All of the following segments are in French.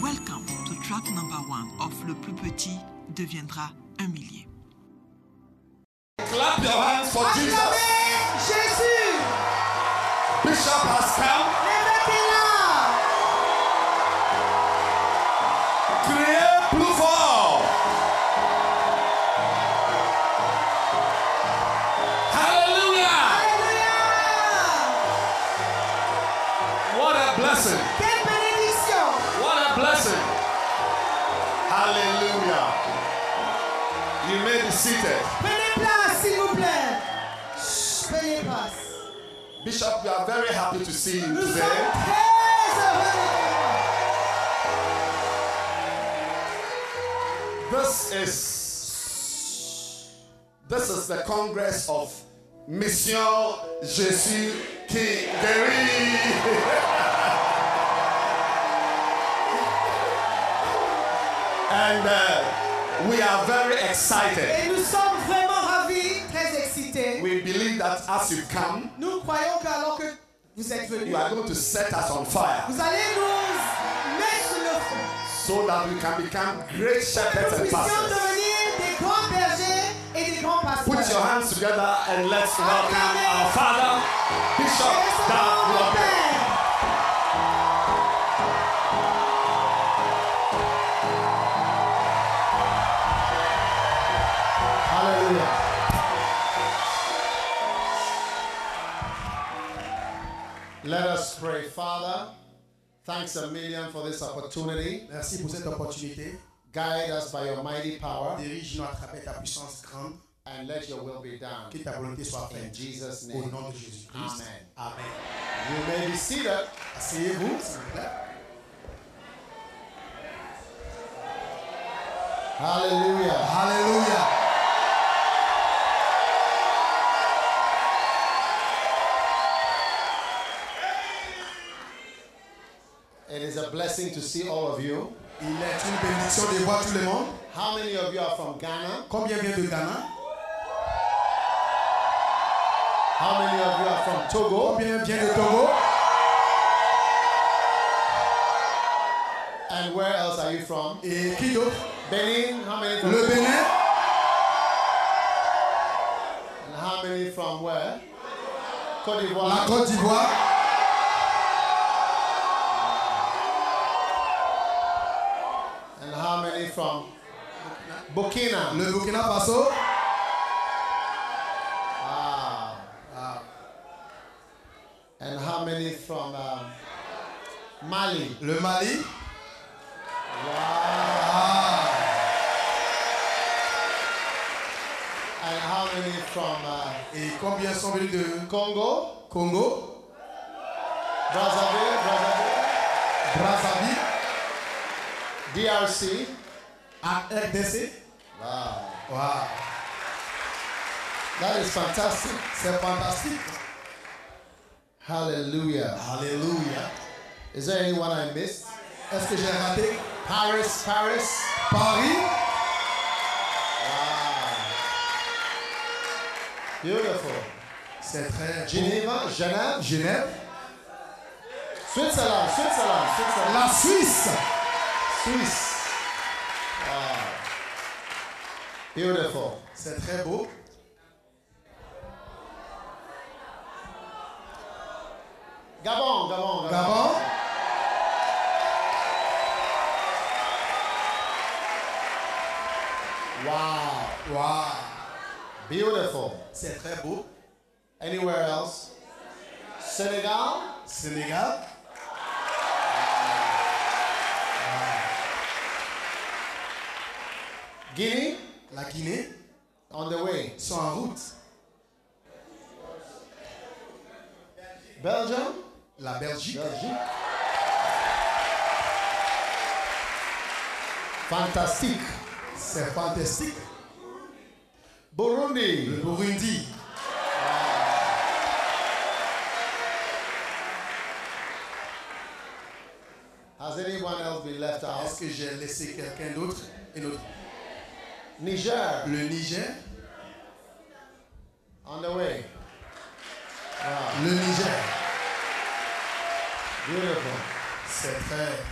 Welcome to track number one of Le Plus Petit deviendra un millier. Clap your hands for Jesus. Acclamez Jésus Bishop has come, Lève-toi criez plus fort. là Hallelujah! Alléluia What a blessing! Quelle bénédiction What a blessing! Hallelujah! You may be seated. Prenez place s'il vous plaît Chut, Prenez place Bishop, we are very happy to see you Nous sommes today. très heureux This is this is the Congress of Mission Jésus qui guérit. and uh, we are very excited. Et nous sommes vraiment ravis, très excités We believe that as you come, Nous croyons qu'alors que vous êtes venus you are going to set us on fire Vous allez nous mettre sur le feu so that we can become great shepherds Nous and puissions pastors. devenir des grands bergers et des grands pasteurs Put your hands together and let's welcome our Father, Bishop Dan Recevons mon Lopez. Père Hallelujah. Let us pray. Father, thanks a million for this opportunity. Merci pour cette opportunité. Guide us by your mighty power Dirige-nous à travers ta puissance grande. and let your will be done. Que ta volonté soit In faite. Jesus' Au name. nom de Jésus-Christ. Amen. Amen. You may be seated. Asseyez-vous, s'il vous plaît. Hallelujah. Alléluia. It is a blessing to see all of you. Il est une bénédiction de voir tout le monde. How many of you are from Ghana? Combien vient de Ghana How many of you are from Togo? Combien vient de Togo And where else are you from? Et qui d'autre Benin? How many from Le Bénin And how many from where? Cote La d'Ivoire. Côte d'Ivoire And how many from Burkina? Le Burkina Faso Wow. And how many from um, Mali? Le Mali Wow. Ah And how many from uh, Et combien sont venus de Congo? Congo Brazzaville, Brazzaville, Brazzaville DRC. RDC Wow. Waouh That is fantastic. C'est fantastique Hallelujah. Alléluia Is there anyone I missed? Est-ce que j'ai raté Paris, Paris. Paris Beautiful. C'est très beau. Geneva, Genève, Genève. Switzerland, Switzerland, Switzerland. La Suisse. Swiss. Wow. Ah. Beautiful. C'est très beau. Gabon, Gabon, Gabon. Gabon. Wow. Waouh. Beautiful. C'est très beau. Anywhere else? Senegal? Sénégal. Guinea? La Guinée. On the way. Ils sont en route. Belgium? La Belgique. Belgique. Fantastique. C'est fantastique. Le Burundi. Burundi. Has anyone else been left out? Est-ce que j'ai laissé quelqu'un d'autre Un autre. Niger. Le Niger. On the way. Le Niger. Beautiful. C'est très.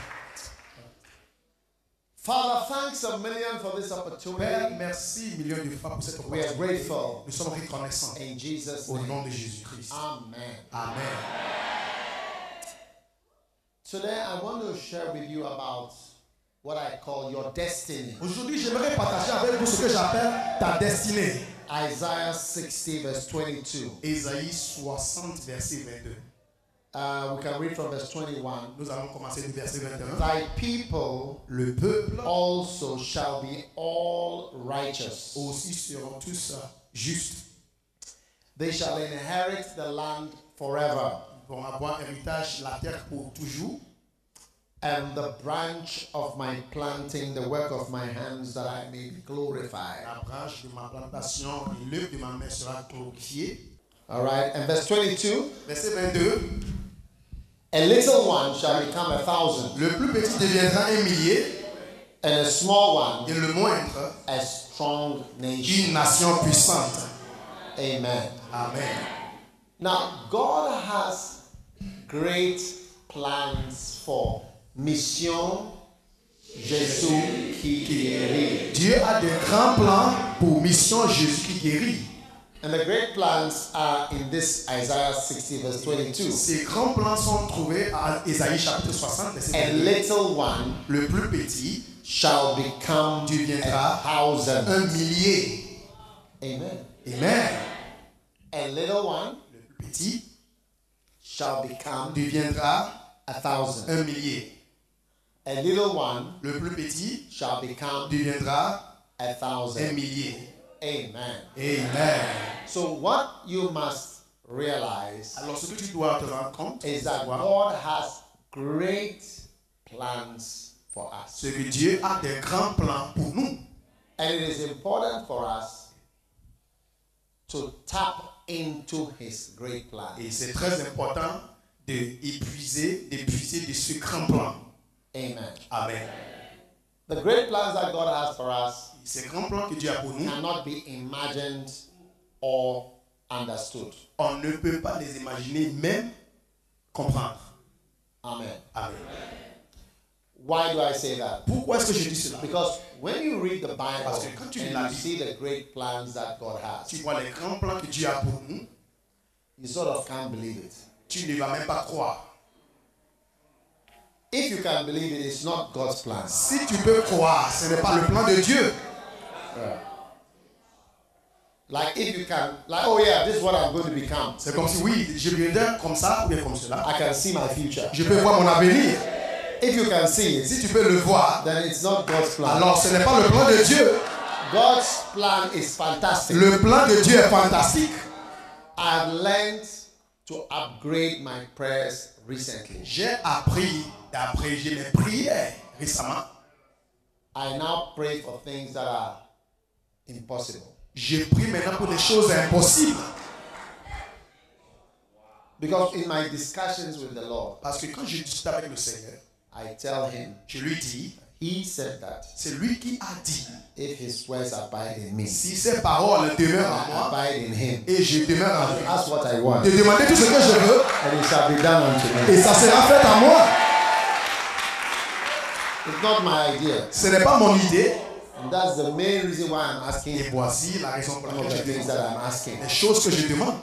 Father, thanks a million for this Père, opportunity. merci millions de fois pour cette We are opportunité. grateful Nous sommes reconnaissants in Jesus' au nom name. de Jésus-Christ. Amen. Amen. Today, I want to share with you about what I call your destiny. Aujourd'hui, j'aimerais partager avec vous ce que j'appelle ta destinée. Isaiah 60, verse 22. Ésaïe 60, verset 22. Uh, we can read from verse 21. Nous allons commencer du verset 21. Thy people Le peuple also shall be all righteous. aussi seront tous euh, justes. They shall inherit the land forever, Ils vont avoir héritage la terre pour toujours. and the branch of my planting, the work of my hands, that I may be glorified. La branche de ma plantation et l'œuvre de ma main sera glorifiée. All right, and verse 22 Verset 22. A little one shall become a thousand, Le plus petit deviendra un millier and a small one et le moindre a strong une nation. nation puissante. Amen. Amen. Now, God has great plans for Mission Jésus qui guérit. Dieu a de grands plans pour mission Jésus qui guérit. And the great plans are in this Isaiah 60, verse 22. Ces grands plans sont trouvés à Ésaïe chapitre 60, verset A 22. little one Le plus petit, shall become a Deviendra. thousand. un millier. Amen. Amen. A little one Le plus petit shall become deviendra a thousand. un millier. A little one Le plus petit shall become deviendra a un thousand. millier. Amen. Amen. So, what you must realize Alors ce que tu dois te rendre compte, is c'est that God has great plans for us. c'est que Dieu a des grands plans pour nous. And it is important for us to tap into His great plan. Et c'est très important d'épuiser, d'épuiser de ce grand plan. Amen. Amen. The great plans that God has for us Ces grands plans que Dieu a pour nous, cannot be imagined or understood. on ne peut pas les imaginer, même comprendre. Amen. Amen. Why do I say that? Pourquoi est-ce que je dis cela Because when you read the Bible Parce que quand tu lis and la you Bible, see the great plans that God Tu has, vois les grands plans que Dieu a pour nous, you sort of can't believe it. tu ne vas même pas croire. If you can believe it, it's not God's plans. Si tu peux croire, ce n'est pas le plan de Dieu. Like if you can, like, oh yeah, this is what I'm going to become. C'est comme si, oui, je viendrai comme ça ou bien comme cela. I can see my future. Je peux voir mon avenir. If you can see it, Si tu peux le voir, then it's not God's plan. alors ce n'est pas le plan de Dieu. God's plan is fantastic. Le plan de Dieu est fantastique. I've learned to upgrade my prayers recently. J'ai appris d'abréger mes prières récemment. I now pray for things that are impossible. Je prie maintenant pour des choses impossibles. Because in my discussions with the Lord, Parce que quand je discute avec le Seigneur, I tell him, je lui dis, He said that c'est lui qui a dit, if His words abide in me, si ces paroles demeurent I en moi, abide in Him. et je demeure en lui, That's what I want. de demander tout ce que je veux, And it shall be done unto me. et ça sera fait à moi. It's not my idea. Ce n'est pas mon idée. And that's the main reason why I'm asking Et Him voici la raison pour some of laquelle the je things demande that I'm asking. les choses que je demande.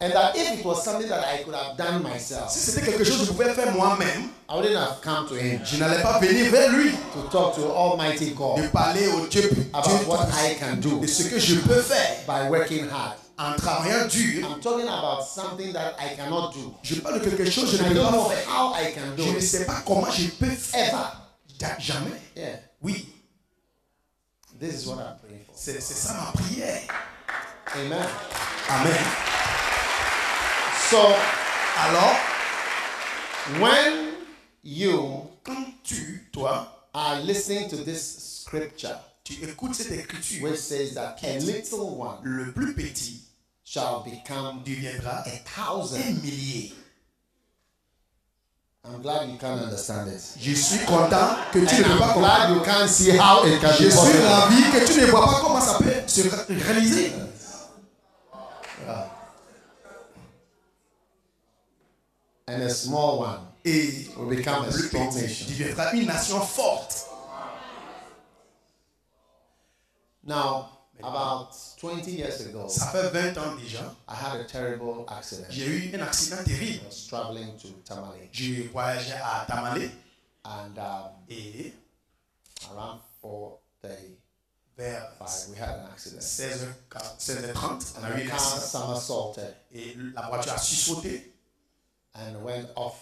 And that if it was something that I could have done myself, Si c'était quelque chose que je pouvais faire moi-même, I wouldn't have come to Him je n'allais pas venir vers lui to talk to Almighty de God parler au Dieu, Dieu about what I can do de ce que je peux faire by working hard. en travaillant dur. I'm talking about something that I cannot do. Je parle de quelque chose que je I ne peux don't know pas faire. how I can do Je ne it sais pas comment je peux faire. ever. Ja- Jamais. Yeah, Oui, this is what I'm praying for. c'est c'est ça ma prière. Amen. Amen. So Alors, when you quand tu, toi, are listening to this scripture, tu écoutes cette écriture, which says that a little one le plus petit shall become deviendra a un thousand, millier. I'm glad you can understand it. Je suis content que tu ne And peux pas I'm glad comprendre. you can see how it can Je be suis possible. ravi que tu ne vois pas comment ça peut se ra- réaliser. And a small one Et will become a le strong petit nation. deviendra une nation forte. Now, about 20 years ago, Ça fait 20 ans déjà, I had a terrible accident. j'ai eu un accident terrible. I was traveling to Tamale, Je voyageais à Tamale and um, et around 4:35, vers we had an accident. 16h, 16h30, on And a eu I un car accident. somersaulted Et la voiture a sursauté and went off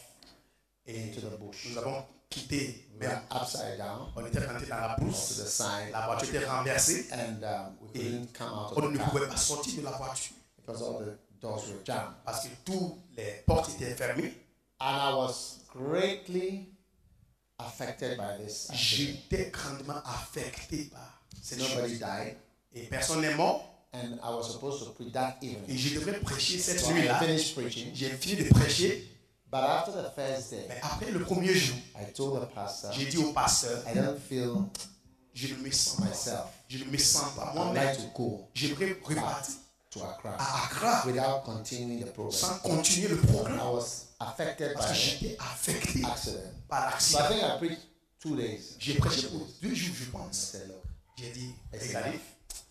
et into the bush. nous avons quitté We were vers upside down On était rentré dans la to the brousse, side, la voiture était renversée, and um, we couldn't come out on of ne the car pouvait pas sortir de la voiture because all the doors were jammed. parce que toutes les portes étaient fermées. And I was greatly affected by this. accident. J'étais grandement affecté par cette Nobody chose. died, Et personne n'est mort. and I was supposed to preach that Et evening. je devais prêcher cette So I nuit-là. finished preaching. J'ai fini de prêcher, But after the first day, mais après le premier jour, I told the pastor, j'ai dit au pasteur, I don't feel je ne me sens pas, Myself. je ne me sens pas I'd like moi-même. to go J'aimerais repartir to Accra à Accra without continuing the program. sans continuer le I programme was affected by parce que the j'étais affecté accident. par So I l'accident. think I preached two days. Bah, J'ai prêché pour deux jours, je I pense. said, look. J'ai dit, Excellent. Regarde,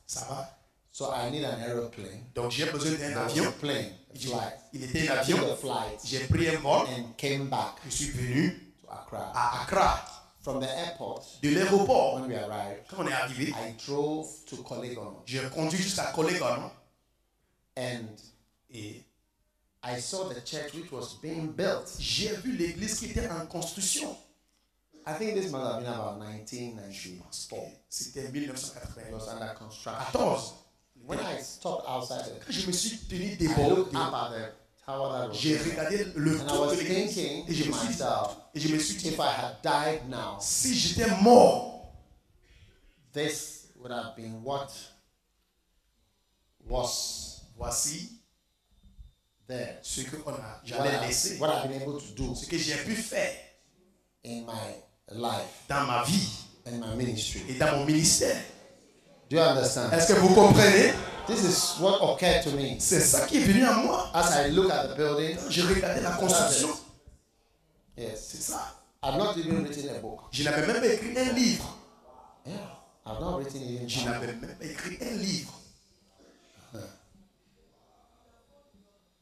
ça va. So I need an aeroplane. Donc j'ai besoin d'un I was a avion. plane, a Il, flight. il était un I took avion. a flight J'ai pris un vol. and came back Je suis venu to Accra. à Accra, From the airport, de l'aéroport. when we arrived, Quand on est arrivé, I drove to Collegon j'ai conduit jusqu'à Collegon and et I saw the church which was being built. j'ai vu l'église qui était en construction. I think this must have been about Je 1990. pense que c'était It was 1994. under construction. When Quand I stopped outside the je me suis tenu I debout, looked up at the tower that was j'ai regardé le And I tour was de l'église thinking et je to me suis dit- myself, et je me suis dit, if I had died now, si j'étais mort, this would have been what was voici there. ce qu'on a What, j'allais I, laisser, what I've been able to do ce que j'ai pu faire in my life, dans ma vie in my ministry. et dans mon ministère. Do you understand? Est-ce que vous comprenez This is what occurred to me C'est ça qui est venu à moi. as I look at the building. J'ai regardé la construction. C'est Yes, ça. I've not even written a book. Je n'avais même pas écrit un livre. Yeah, I've not written even. Je n'avais même pas écrit un livre.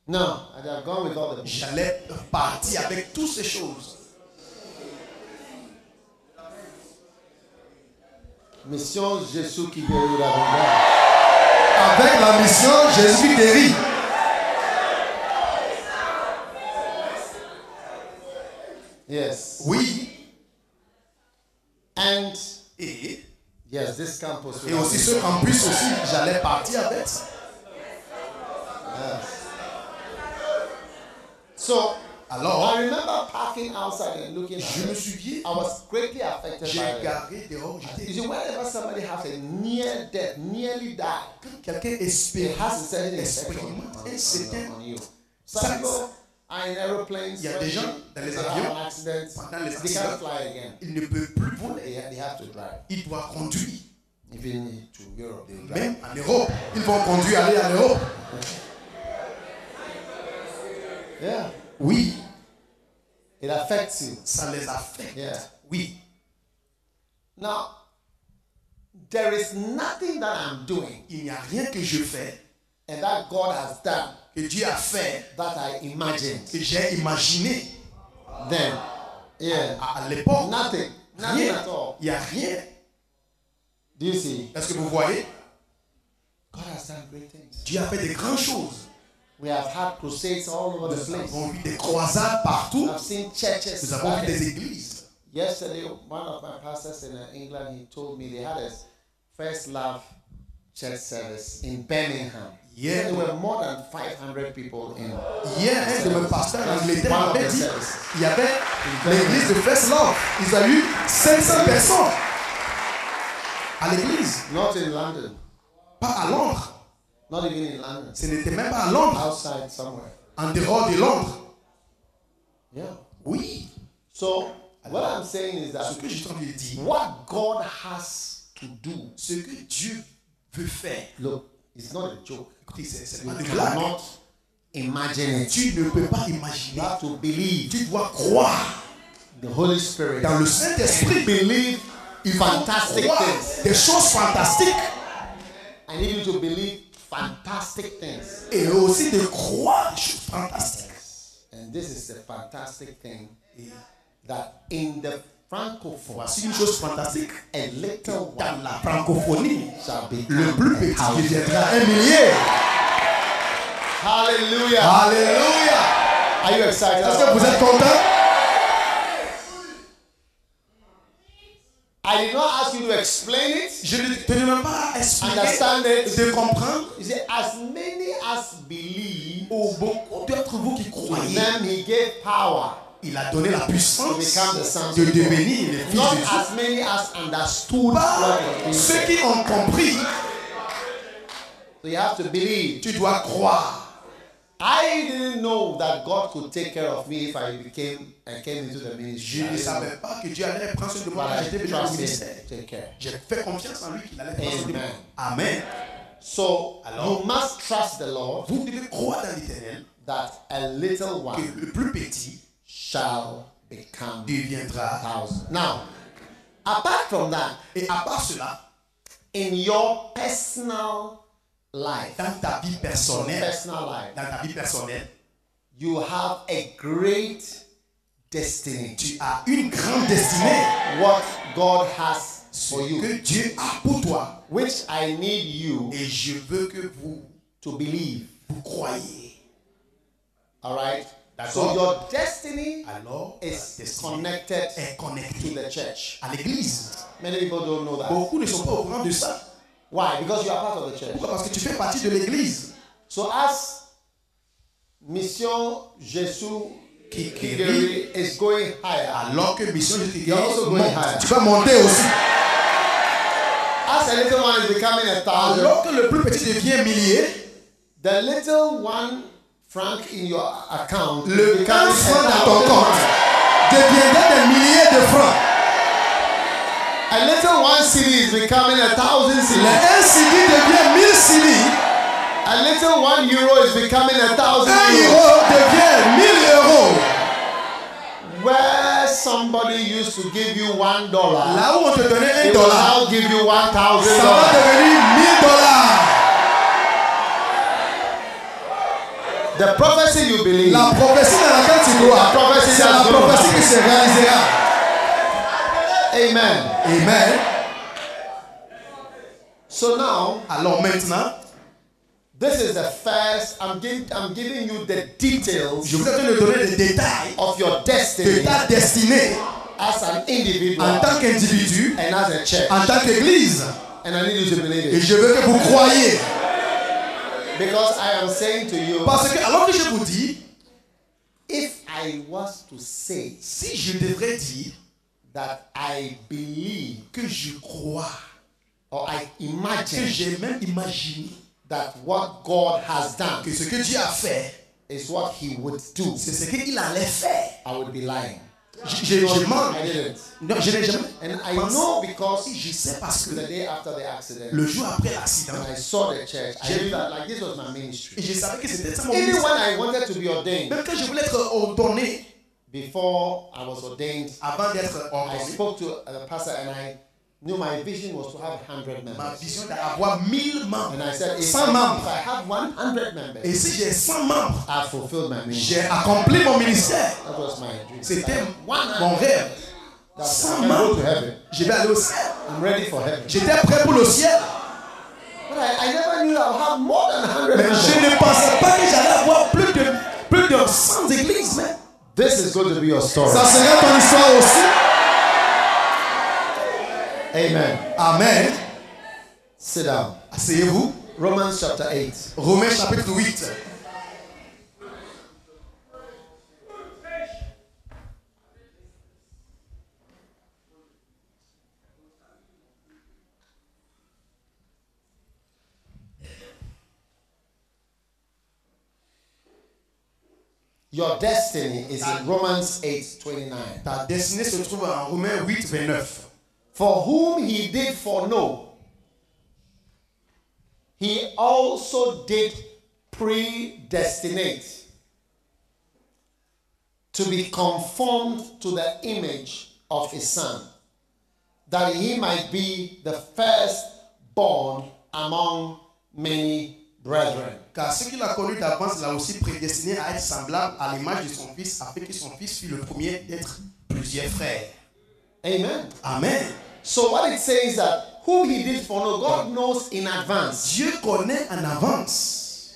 No, and I've gone with all the. books. J'allais partir avec toutes ces choses. Mission Jésus qui guérit la douleur. Avec la mission Jésus guérit. Yes, Oui. and Et, yes, this campus. will et aussi have- ce campus aussi, j'allais partir avec. So Alors, I remember parking outside and looking at je me it. suis dit, ah, I was greatly affected j'ai by it. garé dehors. j'étais- You see, whenever somebody has a near death, nearly died, Quelqu'un it espéra, has a certain effect expérimente on, on- un on- certain on you. Some people are in aeroplanes. Il y a when des gens they dans les have avions, an accident, pendant les they can't accidents, fly again. il ne peut plus voler. They, they have to drive. Il doit conduire. Even to Europe, they drive. Même en Europe, ils vont conduire aller en Europe. Yeah, Oui, it affects you. ça les affecte. Yeah. Oui. Now, there is nothing that I'm doing Il n'y a rien que je fais, and that God has done que Dieu a fait, that I imagined que j'ai imaginé then. Yeah, à, à l'époque. nothing, nothing Rien. at all. Il n'y a rien. Do you see? Est-ce que vous voyez God has done great things. Dieu a fait des grandes choses. We have had crusades all over the Nous place. avons vu des croisades partout. I've seen churches. Nous avons vu started. des églises. Yesterday, one of my pastors in uh, England, he told me they had a first love church service in Birmingham. Yeah. There were more than 500 people in. Hier, un de mes pasteurs en Angleterre m'avait dit il y avait l'église de First Love. Ils ont eu 500 personnes à l'église, Not in London. pas à Londres. Not even in London. Ce n'était même pas à Londres, Outside somewhere. en dehors de Londres. Yeah. Oui, So, what I'm saying is ce that que je suis en train de dire, what God has to do, ce que Dieu veut faire, look, it's not a joke. écoutez, c'est c'est You pas de blague. cannot imagine it. Tu ne peux pas You imaginer. have to believe Tu dois croire the Holy Spirit. dans le Saint-Esprit. Believe in fantastic Croire things. des choses fantastiques. I need you to believe fantastic things. et aussi de croire des choses fantastiques. And this is the fantastic thing eh, that in the Francophone, Voici une chose fantastique. a little Dans one la francophonie, shall be le plus petit deviendra un millier. Hallelujah. Alléluia. Are you excited? Est-ce que vous êtes content? I did not ask you to explain it. Je ne te demande pas à expliquer, Understand it. de comprendre. You see, as many as believe, Pour beaucoup d'entre vous qui croyez, then he gave power. il a donné la puissance become the sons de of God. devenir les fils Not de Dieu. as many as understood. Pas what it means. ceux qui ont compris, So you have to believe. tu dois croire. I didn't know that God could take care of me if I became I came into the ministry. Je ne savais pas que Dieu allait prendre soin de moi But quand I j'étais venu au trust Him ministère. to take care. J'ai fait confiance en lui qu'il allait prendre soin de moi. Amen. Amen. So Alors? you must trust the Lord Vous devez croire dans l'éternel that a little que one le plus petit shall become a deviendra. thousand. Now, apart from that, Et à part cela, in your personal life, dans ta vie personnelle, personal life, dans ta vie personnelle, you have a great destiny. tu as une grande destinée. What God has Ce for que you, Dieu a pour toi. which I need you Et je veux que vous, to believe. vous croyez. All right. That's So all. your destiny Alors, ta is destinée connected est to connectée the church. Oh. à l'église. Many people don't know that. Beaucoup ne sont pas au courant de ça. Why? Because you are part of the church. Pourquoi Parce que tu fais partie de l'église So as Mission Jésus qui guérit. Kigeri is going higher, Alors que mission de You're also going higher. tu vas monter aussi. as a little one is becoming a thousand, Alors que le plus petit devient millier, the little one franc in your account le 15 becomes a francs dans ton thousand compte francs. deviendra des milliers de francs. A little one city is becoming a thousand Le cities. 1 CD devient 1000 CD. A little one euro is becoming a thousand 1 euros. euro devient 1000 euros. Where somebody used to give you one dollar, Là où on te donnait 1 they will dollar, now give you one thousand ça va dollars. devenir 1000 dollars. The prophecy you believe, La prophétie dans laquelle tu La crois, prophétie c'est la dans laquelle on prophétie va. qui se réalisera. amen. Amen. So now, Alors maintenant, this is the first. I'm giving. I'm giving you the details je vous ai donné donner des détails of your de destiny ta destinée as an individual en tant qu'individu, and as a church. en tant qu'église. And I need you to believe Et it je veux que vous croyiez. because I am saying to you, Parce que alors que je vous dis, if I was to say si je devrais dire that I believe que je crois, or I que imagine j'ai même imaginé that what God has done que ce que Dieu a fait, is what He would do, c'est ce qu'il allait faire. I would be lying. Je, je, je mens. I didn't. Non, je n'ai jamais. And I know Et because je sais parce the que day after the accident, le jour après l'accident, I saw the church. I J'ai- knew that like this was my et ministry. je savais que c'était ça mon Even when ministère. I wanted to be ordained, Même quand je voulais être ordonné, before I was ordained, avant d'être I ordonné, spoke to a pastor and I knew my vision was to have 100 ma members. vision d'avoir 1000 membres, And I said, if I, 100 if membres. I have 100 Et members, si j'ai 100 membres, I've fulfilled my ministry. j'ai accompli mon ministère. That was my dream. C'était Like, mon 100 rêve. That's- I 100 can go to membres, heaven. je vais aller au ciel. I'm ready for heaven. J'étais prêt pour le ciel, But I, I never knew I would have more than 100 mais members. je ne pensais pas que j'allais avoir plus de, plus de 100 églises. même. This is going to be your story. Ça sera ton histoire aussi. Amen. Amen. Sit down. Asseyez-vous. Romans chapter 8. Romains chapitre 8. Your destiny is in Romans 8 29. Ta destinée se trouve en Romains 8, 29. For whom he did foreknow, he also did predestinate to be conformed to the image of his son, that he might be the firstborn among many brethren. Car ce qu'il a connu d'avance l'a aussi prédestiné à être semblable à l'image de son fils, afin que son fils fût le premier d'être plusieurs frères. Amen. Amen. So what it says that who he did foreknow, God knows in advance. Dieu connaît en avance.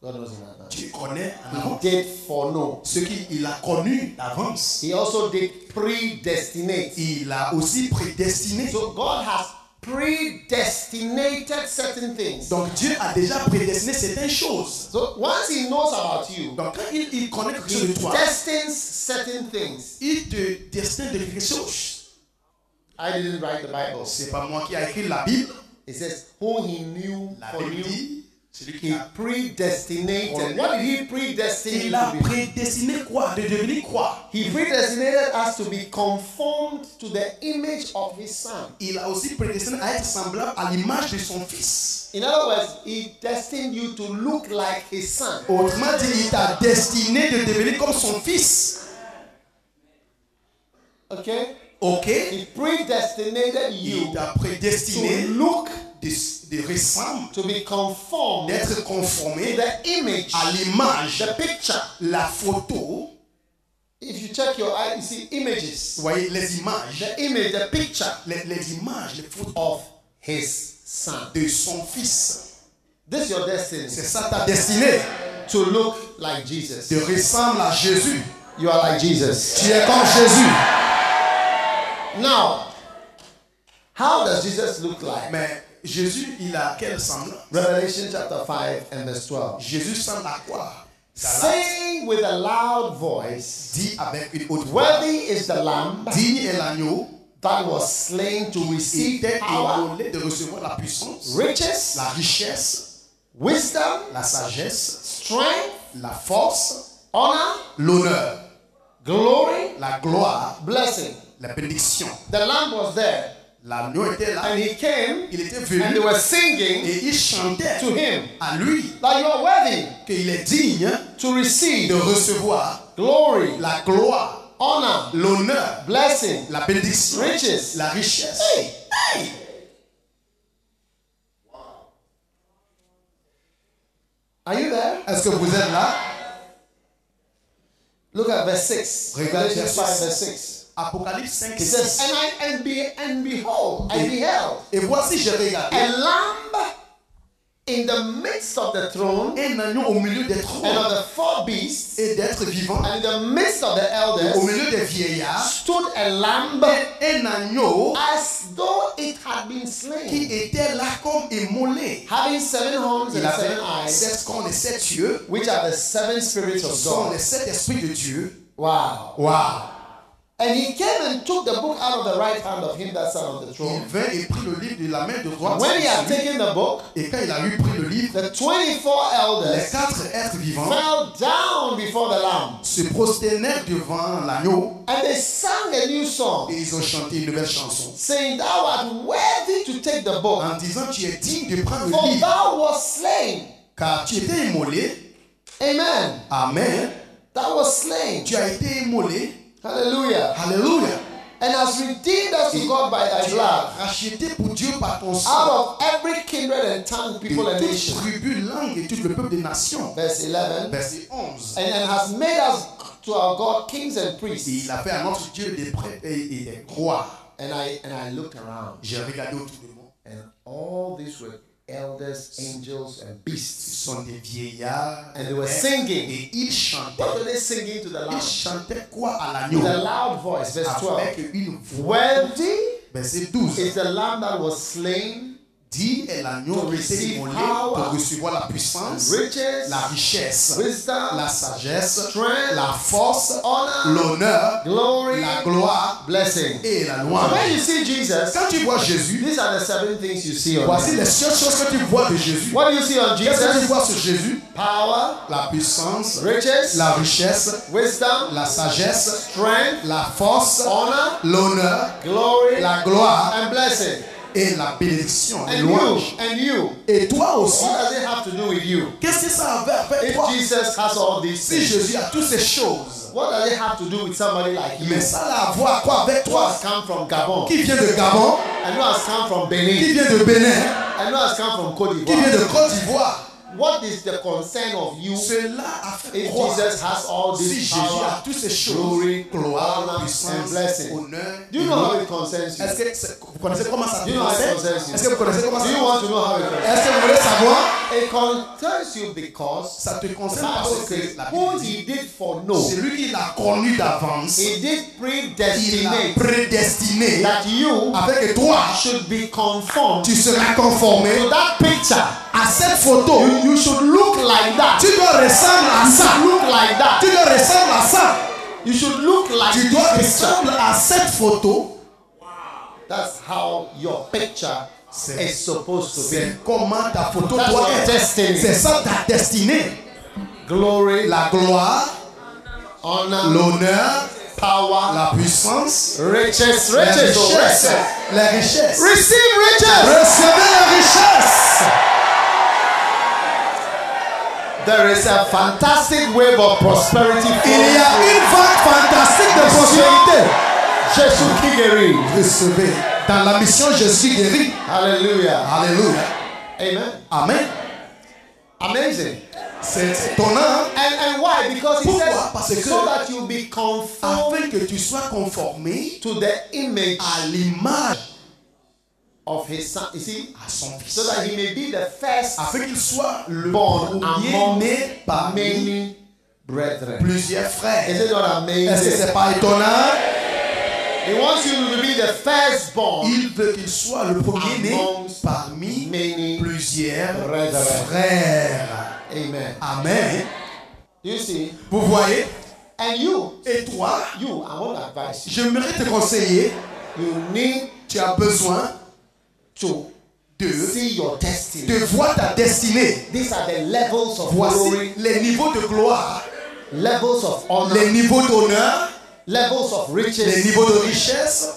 God knows in advance. Dieu connaît en He avance. did foreknow. Ce qu'il a connu d'avance, He also did predestinate. il a aussi prédestiné. So God has predestinated certain things. Donc Dieu a déjà prédestiné certaines choses. So once he knows about you, Donc quand il, il connaît quelque chose he de toi, destines certain things. il te destine de quelque chose. I didn't write the Bible. C'est pas moi qui a écrit la Bible. It says who he knew La for Bible you. dit, celui qui He a predestinated. What did he predestinate Il a to be? prédestiné quoi De devenir quoi He predestinated us to be conformed to the image of his son. Il a aussi prédestiné à être semblable à l'image de son fils. In other words, he destined you to look like his son. Autrement dit, il t'a destiné de devenir comme son fils. Okay? Ok He predestinated Il you t'a prédestiné to look de, de ressembler, to be conformed to d'être conformé the image, à l'image, the picture. la photo. If you check your eye, you see Vous images. voyez les images, The image, the picture les, les images, les photos of his son. de son fils. This is your destiny C'est ça ta destinée. to look like Jesus. De ressembler à Jésus. You are like Jesus. Tu es comme Jésus. Now, how does Jesus look like? Mais Jésus, il a quel semblant Revelation chapter 5 and verse 12. Jésus semble à quoi Galates Saying with a loud voice, dit avec une haute voix Worthy is the Lamb Digne est l'agneau that was slain to qui receive était power, éloigné de recevoir la puissance, riches, la richesse, wisdom, la sagesse, strength, la force, honor, l'honneur, glory, la gloire, blessing. la bénédiction. The Lamb was there L'agneau était là, and he came il était and they venu were singing et il chantait to him à lui that you are worthy qu'il est digne to de receive recevoir glory, la gloire, honor, l'honneur, blessing. la bénédiction, Riches. la richesse. Hey, Are you there? Est-ce que vous êtes là Look at verse 6. Regarde Revelation 5, verset verse 6. 6. Apocalypse 5, It says, 6. And I and be and behold, I beheld Et voici, j'ai regardé a lamb in the midst of the throne un agneau au milieu des and of trônes the four beasts, et d'être vivant, and in the midst of the elders au milieu des vieillards, stood a lamb un agneau as though it had been qui slain, était là comme immolé. having seven horns Il and avait seven eyes, sept cornes et sept yeux, which are the seven spirits ce of sont les God. sept esprits de Dieu. Wow. Waouh! And he came and took the book out of the right hand of him that sat on the Il throne. vint et prit le livre de la main de droite. When he had de celui- taken the book, Et quand il a eu pris le livre, the 24 les elders quatre êtres vivants fell down before the Lamb se prosternèrent devant l'agneau and they sang a new song, et ils ont chanté une nouvelle chanson. saying, Thou art worthy to take the book, En disant, tu es digne de prendre for le livre, thou wast slain. car tu étais immolé. Amen. Amen. Thou wast slain. Tu as été immolé. Hallelujah. Alléluia. And has redeemed us to God by thy Tu as blood racheté pour Dieu par ton sang out of every kindred and tongue, de people and toute nation. tribu, langue et tout le peuple des nations. Verse 11. Verset 11. And, and has made us to our God kings and Et priests. il a fait à notre Dieu des prêtres et et des rois. And I and I looked around, J'ai regardé autour de moi. and all these were elders, angels, and Ce beasts. sont des vieillards. And they were singing. Et ils chantaient. What were they singing to the Ils Lamb? chantaient quoi à l'agneau With a loud voice, verse 12. Avec une voix. Worthy Verset 12. is the Lamb that was slain, Dit est l'agneau To qui était receive immolé power. pour recevoir la puissance, riches, la richesse, wisdom, la sagesse, strength, la force, honor, l'honneur, glory, la gloire blessing. et la So when you louange. see Jesus, Quand tu vois Jésus, these are the seven things you see on voici him. les seules choses que tu vois de Jésus. What do you see on Qu'est-ce que tu Jesus? vois sur Jésus Power, La puissance, riches, la richesse, wisdom, la sagesse, strength, la force, honor, l'honneur, glory, la gloire and blessing. et la bénédiction, la And you, louange. and you. Et toi aussi, What does it have to do with you? qu'est-ce que ça avait avec toi If Jesus has all these Si things, Jésus a toutes ces choses, what does it have to do with somebody like you? mais ça a à voir quoi avec Who toi has come from Gabon Qui vient de Gabon, and who has come from qui Benin vient de Bénin, I know has come from Côte qui vient de d'Ivoire. Côte d'Ivoire. What is the concern of you Cela a fait if croire Jesus has all si Jésus this power, a toutes ces glory, choses, honor, gloire, and puissance, blessing? honneur, Do you know how gloire, it concerns you? Est-ce que c'est- vous connaissez comment ça Do you know how it concerns you? Est-ce que vous connaissez comment ça Do you want to know how it concerns Est-ce que vous voulez savoir you? It concerns you because Ça te the concerne Bible parce que says la who Bible he dit, did for no, celui qui l'a connu d'avance, he did il l'a predestinate prédestiné that you afin que toi, should be conformed tu seras to conformé that picture. à cette photo. You, you should look like that. Tu dois ressembler à You should ça. look like that. Tu dois ressembler à ça. You should look like Tu dois this picture. ressembler à cette photo. That's how your picture C'est- is supposed to be. C'est comment ta photo That's doit your être. destiny. C'est ça ta destinée. Glory, La gloire, honor, l'honneur, power, la puissance, riches, les riches, oh, richesses. riches. Les richesses. Receive riches. Recevez les richesses. There is a fantastic wave of prosperity for Il y a you. une vague fantastique de prospérité. Jesus Kigeri. Recevez. Dans la mission, je suis guéri. Hallelujah. Alléluia. Amen. Amen. Amazing. C'est étonnant. hein? And, and why? Because it Pourquoi? Parce que- says so that you be conformed afin que tu sois conformé to the image à l'image of his son. You see, à son fils. so that he may be the first Afin qu'il soit le born among premier-né parmi many brethren. plusieurs Is frères. it not Est-ce que amazing? c'est pas étonnant? He wants you to be the firstborn Il veut qu'il soit le premier-né Amongst parmi many. plusieurs Brethren. frères. Amen. Amen. You see, Vous voyez? and you, Et toi, you, I want to advise you. j'aimerais te conseiller, You need tu as besoin to de, see your destiny. de voir ta destinée. These are the levels of Voici glory, les niveaux de gloire, levels of les honor, niveaux d'honneur, levels of les riches, niveaux de richesse,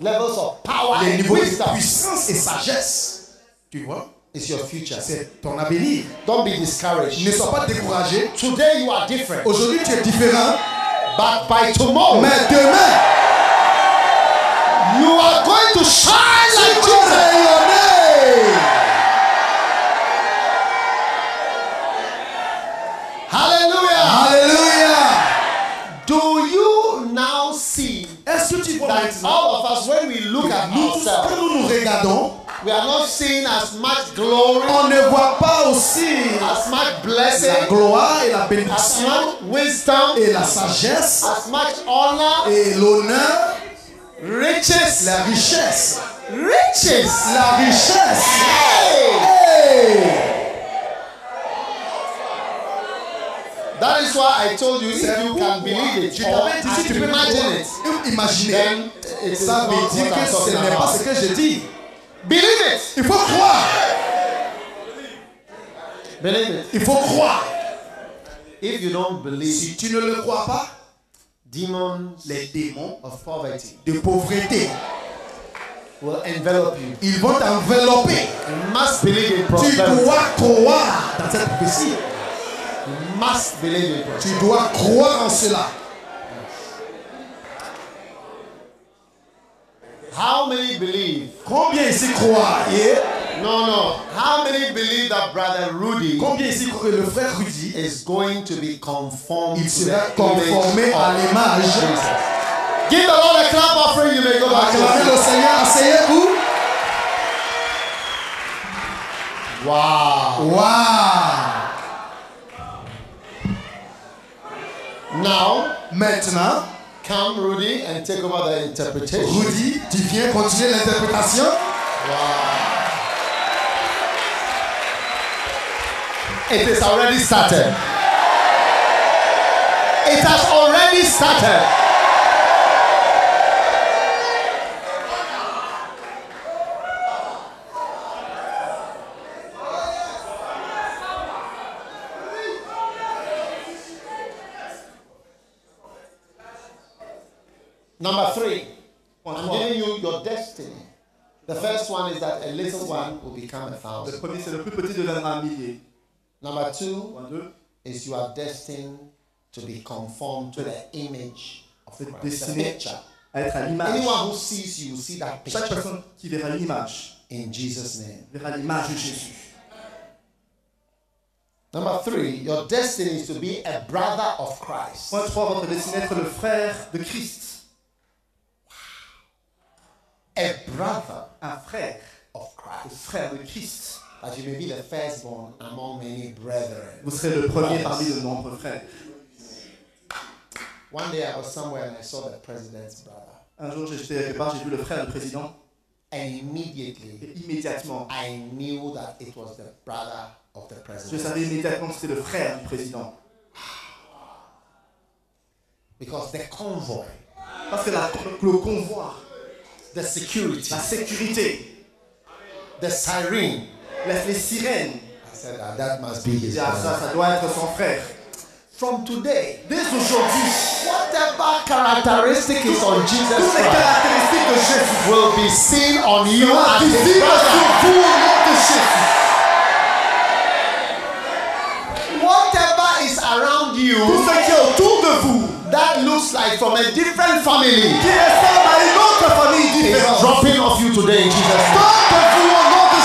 levels of power les and niveaux de wisdom. puissance et sagesse. Tu vois, It's your future. c'est ton avenir. Don't be discouraged. Ne sois pas découragé. Today you are different, Aujourd'hui, tu es différent, but by tomorrow mais demain, you are going to shine tu like vas Jesus. rayonner. Hallelujah. Alléluia. Do you now see Est-ce que tu vois that maintenant all of us, when we look at nous tous, quand ourselves, nous nous regardons, we are not seeing as much glory, on ne voit pas aussi as much la blessing, gloire et la as bénédiction much wisdom, et la sagesse as much honor, et l'honneur, riches, la richesse, riches. la richesse. Hey! Hey! That is why I told you if C'est you pourquoi can believe it je or t'avais dit si as tu you peux imagine it, croire, imaginer. then it is Ça not veut what dire I'm que ce talking n'est pas ce about. que je dis. Believe it. Il faut croire. Believe it. Il faut croire. If you don't believe, Si tu ne le crois pas, demons les démons of poverty de pauvreté, will envelop you. ils vont t'envelopper. You must believe in Tu prosperity. dois croire dans cette prophétie. You must believe in prosperity. Tu dois croire en cela. How many believe? Combien ici croient No, no. How many believe that Brother Rudy Combien ici croient que le frère Rudy, is going to be conformed il to sera the conformé image à of l'image. Jesus? Give the Lord a clap offering. You may go back. to Acclamez your le Seigneur, asseyez-vous. seat. Wow. Waouh Now, Maintenant, come Rudy and take over the interpretation. Rudy, tu viens continuer l'interprétation. It is already started. It has already started. Number three, I'm giving you your destiny. The first one is that a little one will become a thousand. premier, c'est le plus petit de la millier. Number two Point deux, is you are destined to be conformed to the image of Vous êtes Christ. The destiné picture. à à être à l'image. Anyone who sees you will see that Chaque picture personne qui verra l'image, in Jesus' name. verra l'image de Jésus. Number three, your destiny is to be a brother of Christ. Point 3, votre destinée être le frère de Christ. A brother Un frère, of le Christ. frère de Christ. That you may be the firstborn among many brethren. Vous serez le premier parmi de nombreux frères. One day I was somewhere and I saw the president's brother. Un jour, j'étais quelque part, j'ai vu le frère du président, And immediately et immédiatement, I knew that it was the brother of the je president. savais immédiatement que c'était le frère du président. Because the convoy, Parce que la- le convoi, the security, la sécurité, the siren. les, les sirènes, I said that that must be il his dit, ah, ça, brother. ça doit être son frère. From today, Dès aujourd'hui, whatever characteristic is on Jesus toutes les Christ caractéristiques de Jésus will be seen on you seront as his visibles brother. sur vous au nom de Jésus. Whatever is around Tout you ce qui est autour de vous, that looks like from a different family qui ressemble à une autre famille is différente, dropping off you today in Jesus' name. sortent de vous au nom de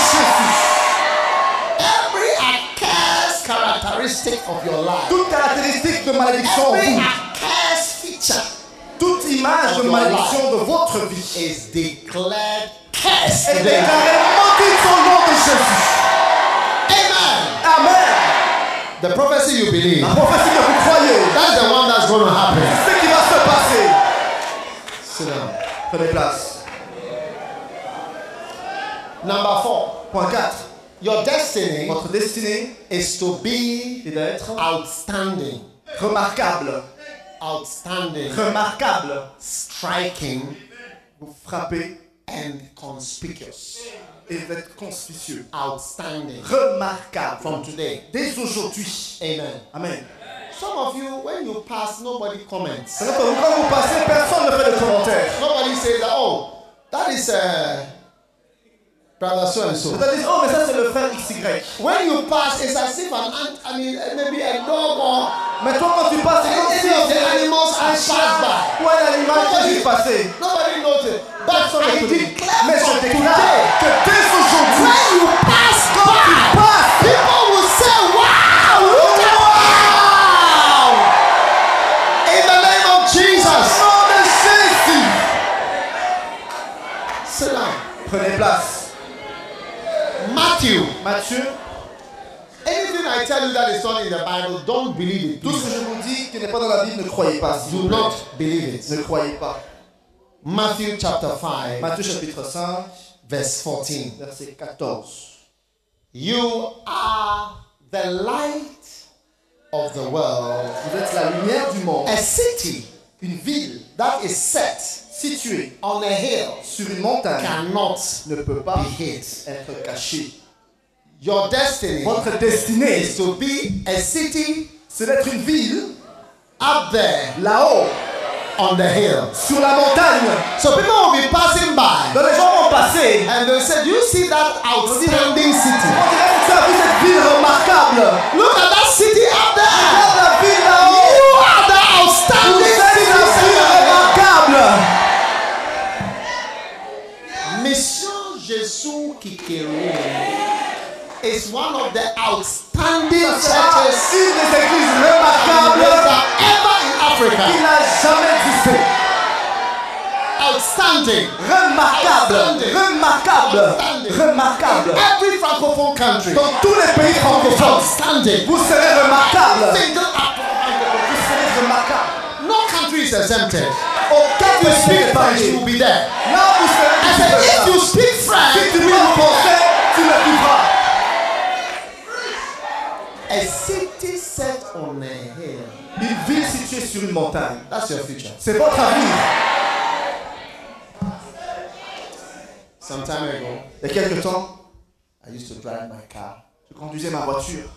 Jésus. Every accursed characteristic of your life, Toute caractéristique de malédiction en every vous, accursed feature toute image de malédiction de votre vie, is declared cursed est today. déclarée maudite au nom de Jésus. Amen. Amen. The prophecy you believe, La prophétie que vous croyez, that's the one that's going to happen. c'est ce qui va se passer. Sit down. Prenez place. Number four, Point 4. your destiny Votre destinée is to be est d'être outstanding, remarquable. outstanding, Remarquable. striking, Vous frappez and conspicuous. et vous êtes conspicueux. Outstanding Remarquable. from today. Dès aujourd'hui. Amen. Amen. Some of you, when you pass, nobody comments. C'est-à-dire que vous, quand vous passez, personne ne fait de commentaires. Nobody says that, oh, that is uh, brother so and Vous so. allez dire, oh, mais ça, c'est le frère XY. When you pass, it's as if an ant, I mean, uh, maybe a dog Mais toi, quand tu passes, c'est comme si Any of the animals I pass by. Ouais, l'animal qui est juste passé. or nobody notices. But Personne I ne connaît. Mais declare je from déclare today, que dès aujourd'hui, when you pass by, passe. people will say, wow, look at wow! In the name of Au Jesus. nom de Jésus. Sit down. Prenez place. Matthew. Matthieu, Anything I tell you that is not in the Bible, don't believe it. tout ce please. que je vous dis qui n'est pas dans la Bible, ne croyez pas. s'il Do vous plaît. not believe it. Ne croyez pas. Matthew chapter 5, Matthieu chapitre 5, verse 14. verset 14. You are the light of the world. Vous êtes la lumière du monde. A city Une ville that is set située on a hill sur une montagne cannot ne peut be pas hid. être cachée. Your destiny Votre destinée, is to be a city c'est d'être une ville up there là-haut, on the hill. sur la montagne. So people will be passing by Donc les gens vont passer. and they'll say, Do you see that outstanding On city? dirait que tu as vu cette ville remarquable. Look at that city up there! Regarde la ville You là-haut. are the Vous outstanding êtes la ville city! remarquable. Mission Jésus Kikeru is one of the outstanding Ça sera churches une des églises remarquables that ever in qui Africa. n'a jamais existé. Outstanding. Remarquable. Remarquable. Remarquable. In every francophone country. Dans tous les pays francophones, Outstanding. vous serez remarquable. Single African. Vous serez remarquable. No country is exempted. Aucun If you pays speak n'est French, parmi you will be there. Là, vous serez I said, if you speak Si French, tu you parles will be there. français, tu le vivras. A city set on a hill. Une ville située sur une montagne. That's your future. C'est votre avenir. Some time ago, Il y a quelques temps, I used to drive my car. je conduisais ma voiture.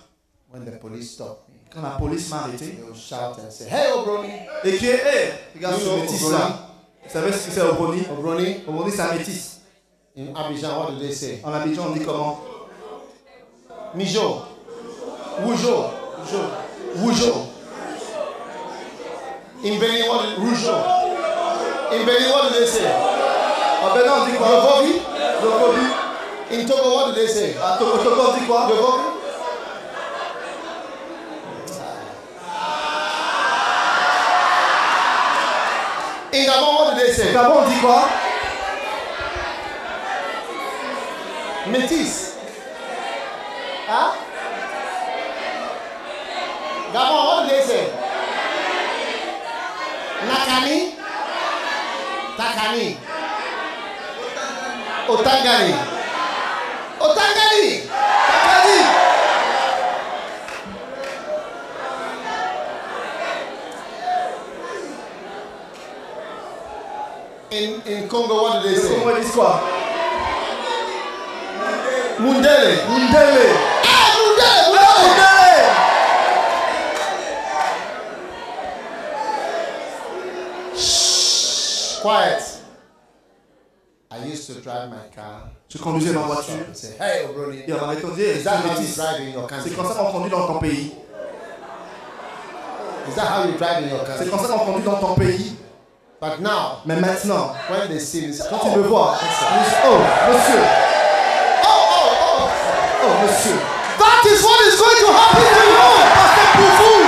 When the police stopped me, Quand la police m'a arrêté, they would shout and say, Hey, Obroni! et qui est, hé, regarde ce Yo, métis Obroni. là. Vous savez ce que c'est Obroni Obroni? Obroni, c'est un métis. In Abidjan, what do they say? En Abidjan, on dit comment Mijo. Rougeau. Rougeau. In Benin, what do Rougeau. In Benin, what do they say? En Bénin, on dit quoi Yovovi? Yovovi. In Togo, what do they say? À Togo, Togo, on dit quoi Yovovi? In Gabon, what do they Au say? Gabon, on dit quoi Métis. Huh? Gabon, what do they say? Nakani? Takani. Otangani. Otangani! Takani! In, in Congo, what do they Au Congo, say? ils disent quoi Mundele. Mundele. Ah, Mundele, Mundele! Mundele. Quiet. I used to drive my car. Je conduisais ma voiture. and Say, hey, Obroni. Et on m'avait dit, eh, Is that how you c'est drive in your country? comme ça qu'on conduit dans ton pays. Is that how you drive in your C'est country? comme ça qu'on conduit dans ton pays. But now, Mais maintenant, when they see me, say, quand tu me oh, vois, ils disent, oh, monsieur, oh, oh, oh, monsieur. oh, that is what is going to happen to you. Pasteur pour vous.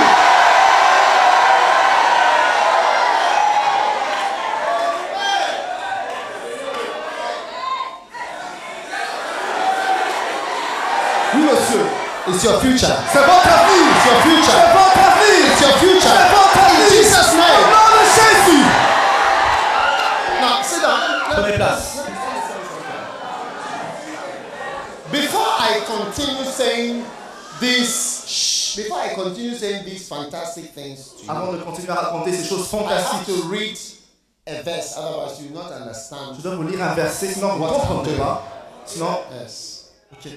Oui, monsieur. It's your future. C'est votre It's avenir. your C'est future. votre avenir. It's your future. C'est votre avenir. In Jesus' Au name. nom de Jésus. Now, sit down. Prenez place. Before I continue saying this, shh, before I continue saying these fantastic things to you, Avant de continuer à raconter ces choses I have to fantastiques, read a verse, otherwise you will not je understand. dois vous lire un verset, sinon vous ne What comprendrez happened? pas. Sinon, Yes. ok,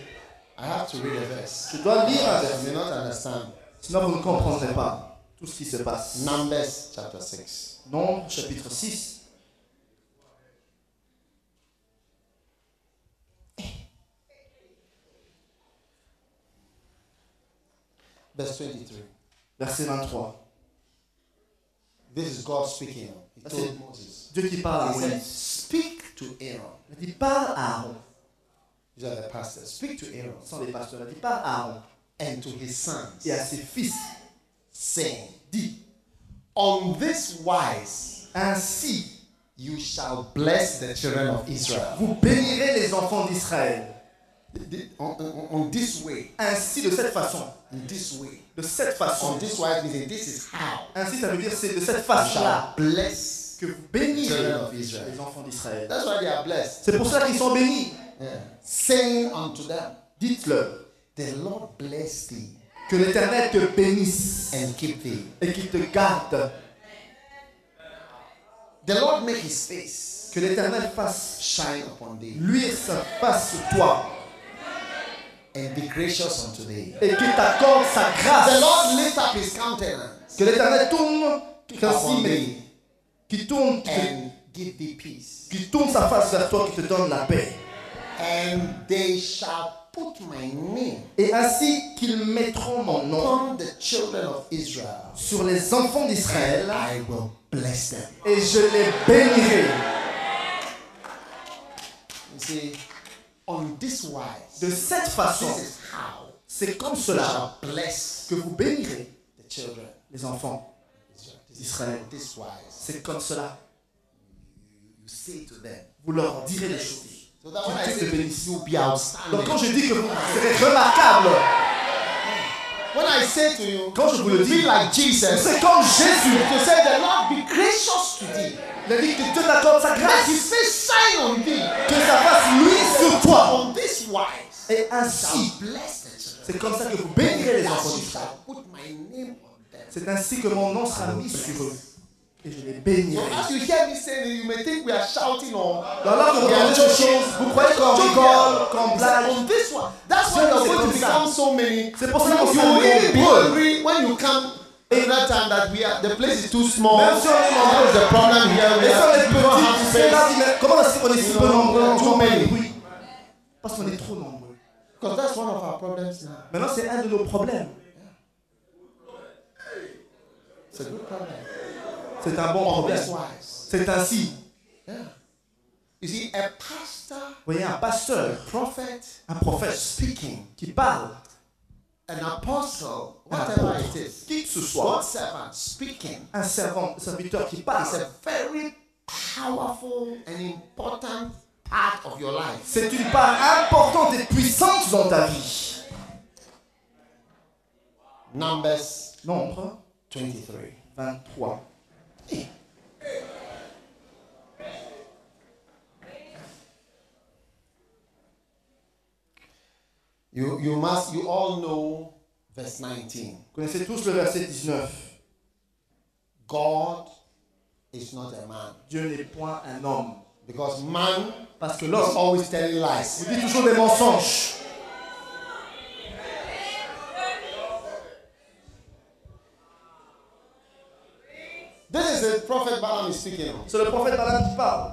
I have to read a verse. je dois lire un Otherwise, verset, You will not understand. sinon vous ne comprendrez pas tout ce qui se passe. Numbers chapter 6. Nombre, chapitre 6. Verse 23. Verset 23. This is God speaking. He That's told it. Moses. Dieu qui parle à He said, Moïse. Speak to Aaron. Il dit parle à Aaron. These are the pastors. Speak to Aaron Ce sont les pasteurs. Il dit parle à Aaron and to his sons, et à ses fils. saying, D. On this wise Ainsi, you shall bless the children of Israel. vous bénirez les enfants d'Israël. Th- th- On, on- on this way, Ainsi, de cette façon. in this way, De cette on façon. this wise means this is how Ainsi, ça veut dire c'est de cette you shall façon-là bless. que vous bénirez Children of Israel. les enfants d'Israël. That's why they are blessed. C'est pour ça qu'ils sont bénis. Yeah. Saying unto them, Dites-leur The Lord bless thee que l'Éternel te bénisse and keep thee. et qu'il te garde. The Lord make his face Que l'Éternel fasse shine upon thee luire sa face sur toi and be gracious unto thee. et qu'il t'accorde sa The grâce. Lord lift up his countenance Que l'Éternel tourne, upon qui thee qui tourne, qui, and give thee peace. qui tourne sa face vers toi, qui te donne la paix. And they shall put my name Et ainsi qu'ils mettront mon nom upon the children of Israel. sur les enfants And d'Israël I will bless them. et je les bénirai. You see, on this wise, De cette façon, this is how c'est comme you cela shall bless que vous bénirez the children les enfants. of Israel. This is Israel. on this wise. C'est comme cela. You say to them. Vous leur direz les choses. So that when Dieu te I say bénisse. you'll be outstanding. Donc quand je dis que vous serez remarquable, When I say to you, Quand je vous le dis, be like vous Jesus. serez comme Jésus. To say the Lord be gracious to thee. Il a dit que Dieu t'accorde sa Let grâce, his face shine on thee. que sa face luire sur toi. On this wise, Et ainsi, shall bless the children. C'est comme ça que vous bénirez les That enfants you d'Israël. shall put my name on them. C'est ainsi que mon nom sera mis sur eux. Et je les bénirai. So as you hear me saying it, you may think we are shouting or Dans l'ordre we de are quelque chose, vous croyez qu'on joking. rigole, qu'on blague. On this one. That's C'est why you're comme going to ça. become so many. C'est pour ça qu'on You sera will really be nombreux. angry when you come another time that we are the place is too small. Même si on est nombreux. That is the problem here. Et si We on are est we don't have petit, space. comment est-ce qu'on est si peu nombreux Too On many. many. Oui. Parce qu'on est trop nombreux. Because that's one of our problems now. Maintenant, c'est un de nos problèmes. It's a good problem. C'est un bon On problème. this wise. C'est ainsi. Yeah. You see, a pastor, Vous voyez, un pasteur, prophet, un prophète speaking, qui parle, an apostle, An whatever it apostle. is, Qui que ce soit. God's servant speaking, un servant, serviteur qui is parle. a very powerful and important part of your life. C'est une part importante et puissante dans ta vie. Numbers Nombre 23. 23. Eh. You, you must, you all know verse 19. Vous connaissez tous le verset 19. God is not a man. Dieu n'est point un homme. Because man Parce que is l'homme always telling lies. vous dit toujours des mensonges. This is the prophet Balaam is speaking. of. C'est le prophète Balaam qui parle.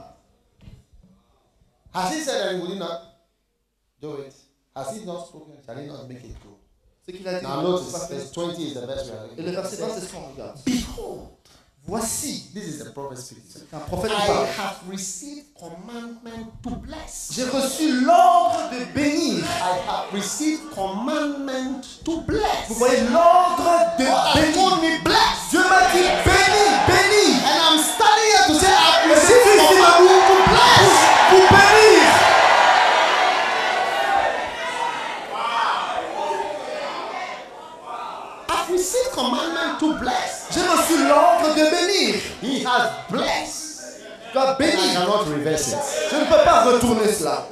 Has he said that he would not do it? Has he not spoken? Shall he not make it good? Ce qu'il a dit. Now dans le notice, verset- verse 20 is the best we are Et le looking verset 20, at. c'est ce qu'on regarde. Behold, Voici this is the prophet speaking. un prophète qui I parle. have received commandment to bless. J'ai reçu l'ordre de bénir. I have received commandment to Vous bless. voyez l'ordre God de has told bénir. me bless. Dieu m'a dit bénis, bénis. And I'm standing here to say I've Et c'est received lui qui m'a commandment to bless. Pour bénir. I've received commandment to bless. J'ai reçu l'ordre de bénir. He has blessed. Tu as I béni. cannot reverse it. Je ne peux pas retourner cela.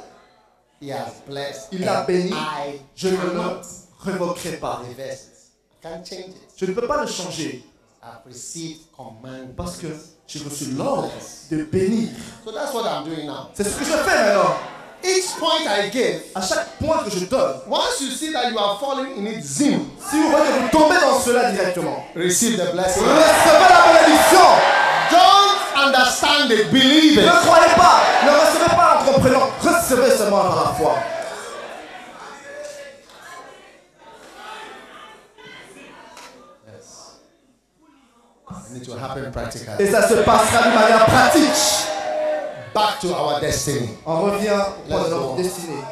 He has blessed. Il l'a béni. I Je ne le cannot révoquerai pas. reverse it. I can't change it. Je ne peux pas le changer I've received command. parce que j'ai reçu l'ordre de bénir. So that's what I'm doing now. C'est ce que je fais maintenant. Each point I give, À chaque point que je donne, once you see that you are falling in it, zim, si vous voyez que vous tombez dans cela directement, receive the blessing. recevez la bénédiction. Don't understand it, believe it. Ne croyez pas, ne recevez pas en comprenant, recevez seulement par la foi. And it will happen practically. Et ça se passera d'une manière pratique. Back to our destiny. On revient au point de notre destinée.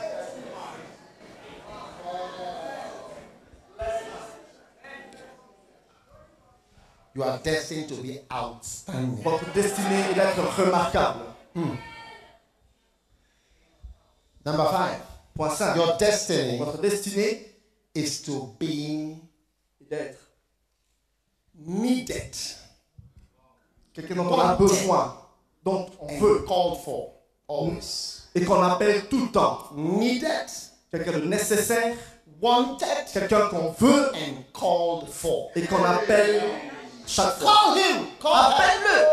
You are destined to be outstanding. Votre destinée est d'être remarquable. Number five, Point 5. your destiny Votre destinée is to be est d'être needed quelqu'un dont on a besoin, dont on veut and called for always. et qu'on appelle tout le temps. Needed, Quelqu'un de nécessaire, wanted, quelqu'un qu'on veut and called for. et qu'on appelle chaque fois. Call him. Call her. Appelle-le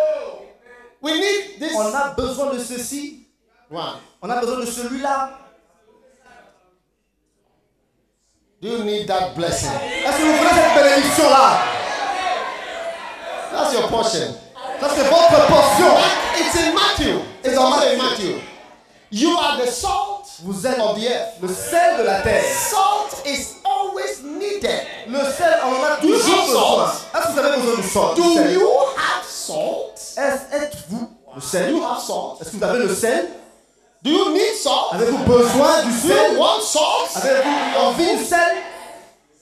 We need this On a besoin de ceci, one. on a besoin de celui-là. Do you need that blessing? Est-ce que vous voulez cette bénédiction-là That's your portion. Ça, c'est votre portion. It's in Matthew. It's, It's also in Matthew. Matthew. You are the salt Vous êtes of the earth. le sel de la terre. Salt is always needed. Le sel, on en a toujours besoin. have salt? Est-ce que vous avez besoin du sort Do you have salt? Est-ce êtes-vous le sel Do you have salt? Est-ce que vous avez le sel Do you need salt? Avez-vous besoin du Do you sel want salt? Avez-vous envie du sel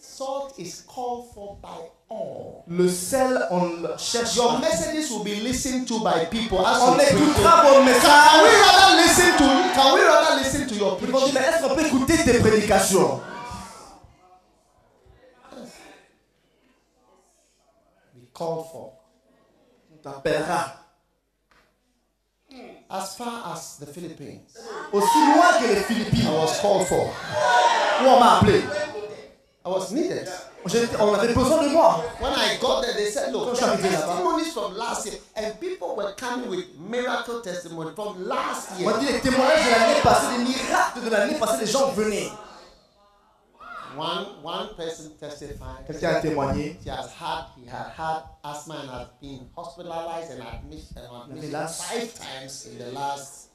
Salt is called for by all. Le sel, on le cherche. Your messages will be listened to by people. As On you preach. écoutera vos Can we messages. rather listen to Can we rather listen to your Ils vont dire, preaching? mais est-ce qu'on peut écouter tes prédications Be called for. On t'appellera. As far as the Philippines, Aussi loin que les I Philippines, was called for. où on m'a appelé. I was needed. J'étais- On avait besoin de moi. When I got there, they said, look, Don't there are shout it out. testimonies from last year. And people were coming with miracle testimony from last On year. a dit les témoignages de l'année passée, les miracles de l'année passée, les gens venaient. One, one person testified. Quelqu'un a témoigné. He has had, he had had asthma and has been hospitalized and admitted and admitted last- five times in the last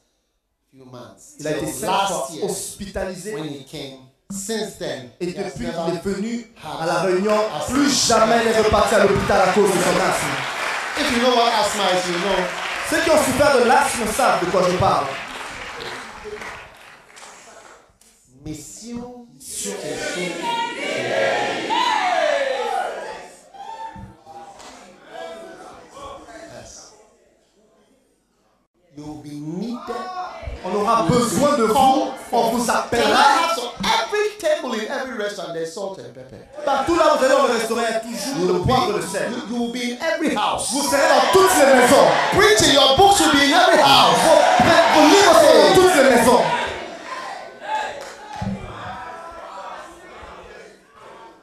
few months. Il a été So cinq last fois year, hospitalisé. when he came, since then, Et he has depuis, never il est venu had- à la Réunion. Plus jamais il est reparti à l'hôpital à cause de son asthme. If you know what asthma is, you know. Ceux qui ont souffert de l'asthme savent de quoi je parle. Mission sur You'll be needed. On aura besoin de vous. On vous Can appellera. I have some? Every table in every restaurant, there's salt and pepper. Partout là où vous allez dans le restaurant, il y a toujours le You'll be, poivre et le sel. you, you'll be in every house. Vous serez dans toutes les maisons. Preaching your books will be in every house. Vos, vos livres seront dans toutes les maisons.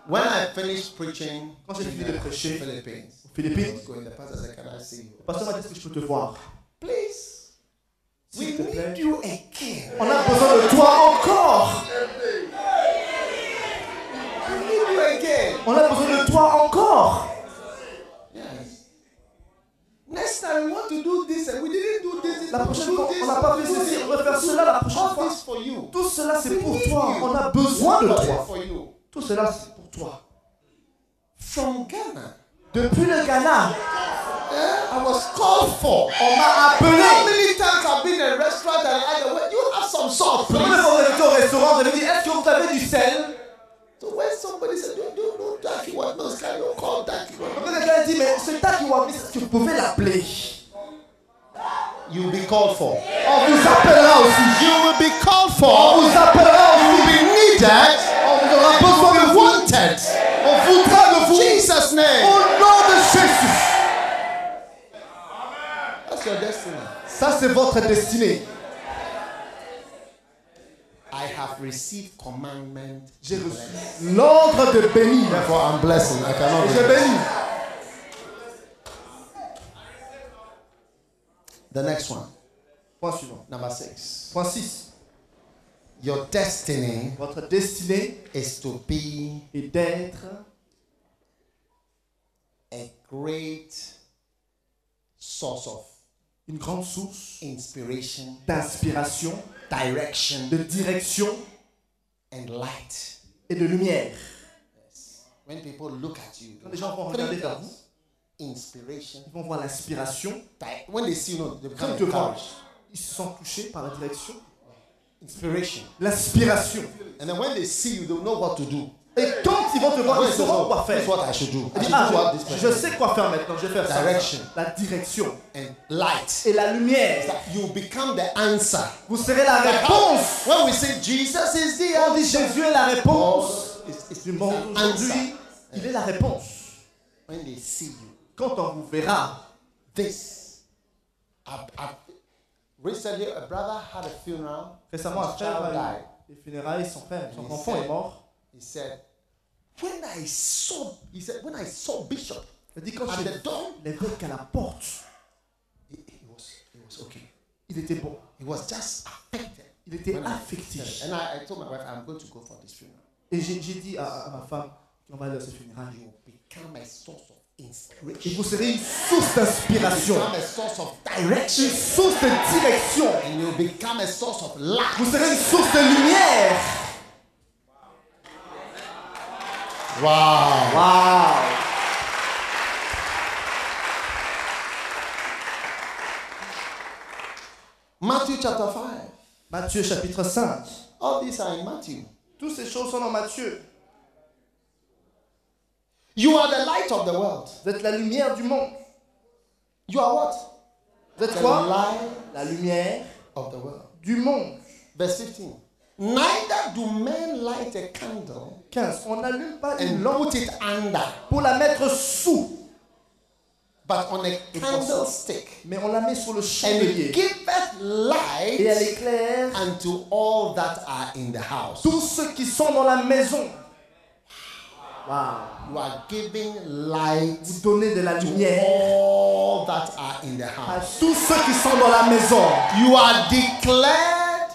When I finished preaching Quand j'ai in fini de the prêcher Philippines, aux Philippines, I was going, the pastor said, Can I see you? le pasteur m'a dit est-ce que je peux te voir. Please, we S'il te plaît. need you again. On a besoin de toi encore. We need you again. On a besoin de toi encore. Yes. Next time we want to do this and we didn't do this. La we prochaine do fois, this, on n'a pas we fait do ceci, this. on va faire cela la prochaine All fois. this for you. Tout cela, c'est We pour need toi. you. On a besoin de All toi. for you. Tout cela, c'est pour toi. From Ghana, Eh? Depuis le Ghana, I was called for. on m'a How appelé. many times I've been in a restaurant and I go, "Well, you have some salt, Combien de please. fois vous avez été au restaurant, vous avez dit est-ce que vous avez du sel So when somebody said, "Do do do that," you want those kind of call that you want. Quand quelqu'un dit mais ce takiwami, est-ce que vous pouvez l'appeler You'll be called for. On vous appellera aussi. You will be called On for. vous appellera You aussi. will be needed. On aura besoin de You will be vous. wanted. On voudra de vous. Jesus' Au name. nom de Jésus. That's your destiny. Ça, c'est votre destinée. I have received commandment. J'ai reçu l'ordre de bénir. Therefore, I'm blessing. I cannot. Et je bénis. The next one, Point suivant. number six. Point 6. Your destiny Votre destinée is to be est d'être a great source of une grande source inspiration, d'inspiration, direction, de direction and light. et de lumière. When people look at you, Quand les gens vont regarder vers vous, inspiration. ils vont voir l'inspiration. di- When they see you, know, they Quand become ils te voient, encouraged. ils se sentent touchés par la direction. Inspiration. L'inspiration. And then when they see you, they'll know what to do. Et quand ils vont te voir, When ils they say, sauront "Oh, quoi This is faire. what I should do. I Ils should disent, do what ah, this je, je person. sais quoi faire maintenant, je vais faire ça. Direction. La direction. And light. Et la lumière. That You become the answer. Vous serez la Like réponse. how- When we say Jesus is the On dit answer, Jésus est la réponse. God is- is Du the monde answer. aujourd'hui, il est la réponse. When they see you, Quand on vous verra, this. I, I, recently, a brother had a funeral. récemment, His un frère child a eu died. des funérailles, son frère, son Il enfant sait. est mort. He said, "When I saw," he said, "When I saw Bishop, Il dit quand At j'ai the door. l'évêque à la porte, he, he was, he was okay. il était bon. He was just affected." Il était When I affecté. said it. And I, I told my wife, "I'm going to go for this funeral. Et j'ai j'ai dit à, à ma femme qu'on va aller à ce funérail. You become a source of Et inspiration. vous serez une source You d'inspiration, become a source of une direction." source de direction. And you become a source of light. Vous serez une source de lumière. Wow. Waouh! Matthew chapter 5. Matthieu chapitre 5. All these are in Matthew. Toutes ces choses sont dans Matthieu. You are the light of the world. Vous êtes la lumière du monde. You are what? Vous êtes The quoi? light La lumière of the world. du monde. Verse 15. Neither do men light a candle 15. On n'allume pas une and lampe put it under, pour la mettre sous, but on a candlestick. mais on la met sur le And it chandelier. giveth Et elle light éclaire unto all that are in the house. tous ceux qui sont dans la maison. Wow. You are giving light Vous donnez de la to lumière all that are in the à house. tous ceux qui sont dans la maison. You are declared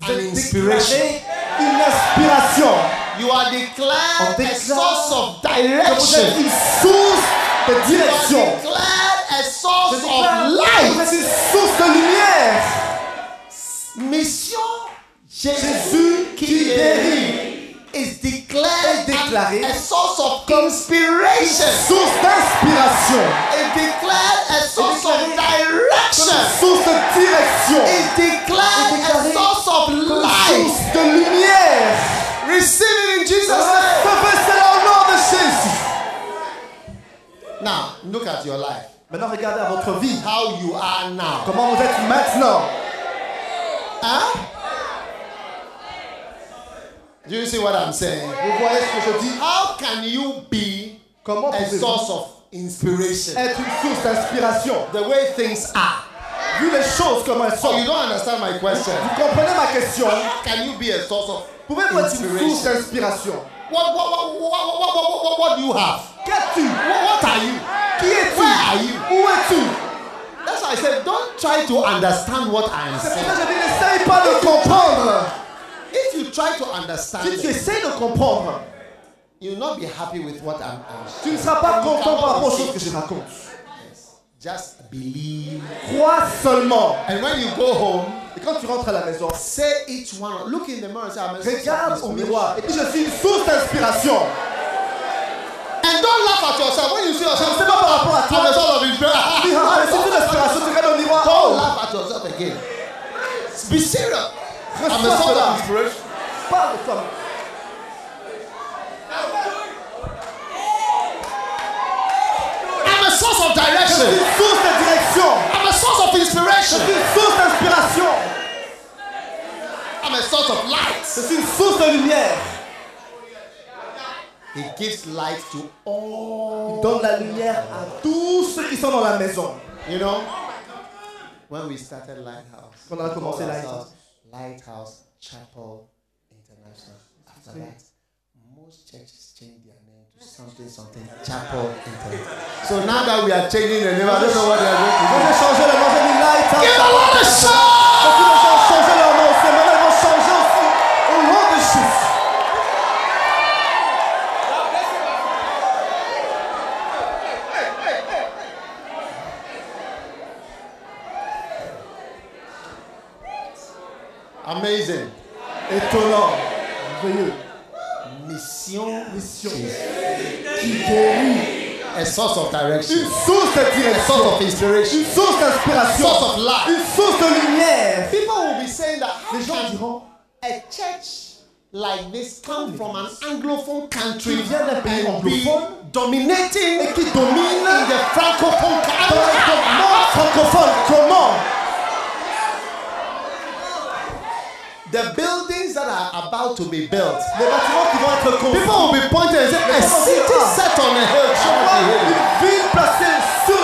Vous an êtes inspiration. déclarés une inspiration. You are On declared a déclare source of Que vous êtes direction. une source de You are direction. declared a Je source déclare of que light. Vous êtes une source de lumière. Mission Jésus, Jésus qui guérit. is est declared déclarée a source of inspiration. source d'inspiration, Is declared a source of déclarée direction. source de direction, Is declared a déclarée source of source life. de lumière. Receive it in Jesus' name. Recevez cela au nom de Jésus. Now, look at your life. Maintenant, regardez à votre vie. How you are now. Hein? Comment vous êtes maintenant Huh? Do you see what I'm saying? Vous voyez ce que je dis How can you be Comment a source pouvez-vous of inspiration? être une source d'inspiration The way things are. Vu les choses comme elles So sont, Oh, you don't understand my question. vous comprenez ma question How can you be a source of Pouvez-vous être une source inspiration? d'inspiration What, what, what, what, what, what, what, what, what do you have? Qu'as-tu What, what are you? Qui es-tu Where are you? Où es-tu That's why I said, don't try to understand what I am C'est Ah, pour ça que saying. je dis n'essaye pas de comprendre. If you try to understand Si tu it, essayes de comprendre, you'll not be happy with what I'm I'm saying. tu ne seras pas content par rapport aux choses que je raconte. Just believe. Crois seulement. And when you go home, Et quand tu rentres à la maison, say each one. Look in the mirror and say, I'm a source regarde of au inspiration. miroir et dis je suis une source d'inspiration. And don't laugh at yourself when you see yourself. C'est pas par rapport à I'm toi. a source of Tu dis, ah, mais inspiration. c'est une inspiration, tu regardes au miroir. Don't Oh, laugh at yourself again. Be serious. I'm a Reçois source cela. of inspiration. parle de toi. I'm a source of Je suis direction. une source de direction. I'm a source of Je suis inspiration. une source d'inspiration. I'm a source of Je light. suis une source de lumière. He gives light to all. Donne la lumière à tous ceux qui sont dans la maison. You know, when we started Lighthouse, Quand on a commencé we called Lighthouse. ourselves Lighthouse Chapel International. After that, most churches changed their name to something something Chapel International. So now that we are changing the name, I don't know what Ils they are going to do. ont changé le nom, j'ai mis Light House. Give the Lord a Beaucoup shout! de gens ont changé leur nom, c'est maintenant ils vont changer aussi au nom de Jésus. Amazing. Étonnant, merveilleux, Mission mission is qui guérit. a source of direction, Une source de a source direction, of inspiration, une source d'inspiration, source of light. une source de lumière. People will be saying that how Les gens can diront, a church like this come from an anglophone country Qui vient d'un pays and be anglophone dominating et qui in domine the francophone dans le country? monde francophone. Comment The buildings that are about to be built, les bâtiments qui vont être construits people will be pointing and saying, a city set on a hill shall not be hidden." Une ville placée sur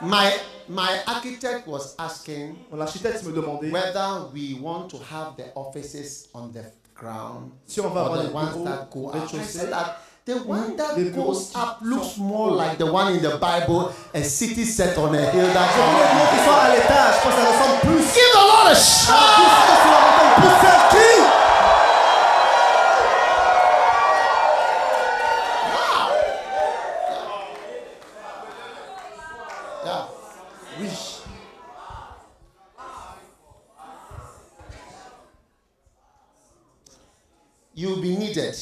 la montagne. My my architect was asking Mon architecte me demandait whether we want to have the offices on the ground si on va or avoir les the ones bureaux that go au up. I rez-de-chaussée. said that the one les that bureaux goes qui up sont looks au more haut. like the one in the Bible, a city set on a hill that Je veux les bureaux qui sont à l'étage, je pense que ça ressemble plus Give the Lord a à la shout! boussole sur la montagne. Plus celle qui Yeah. Oui. You'll be needed.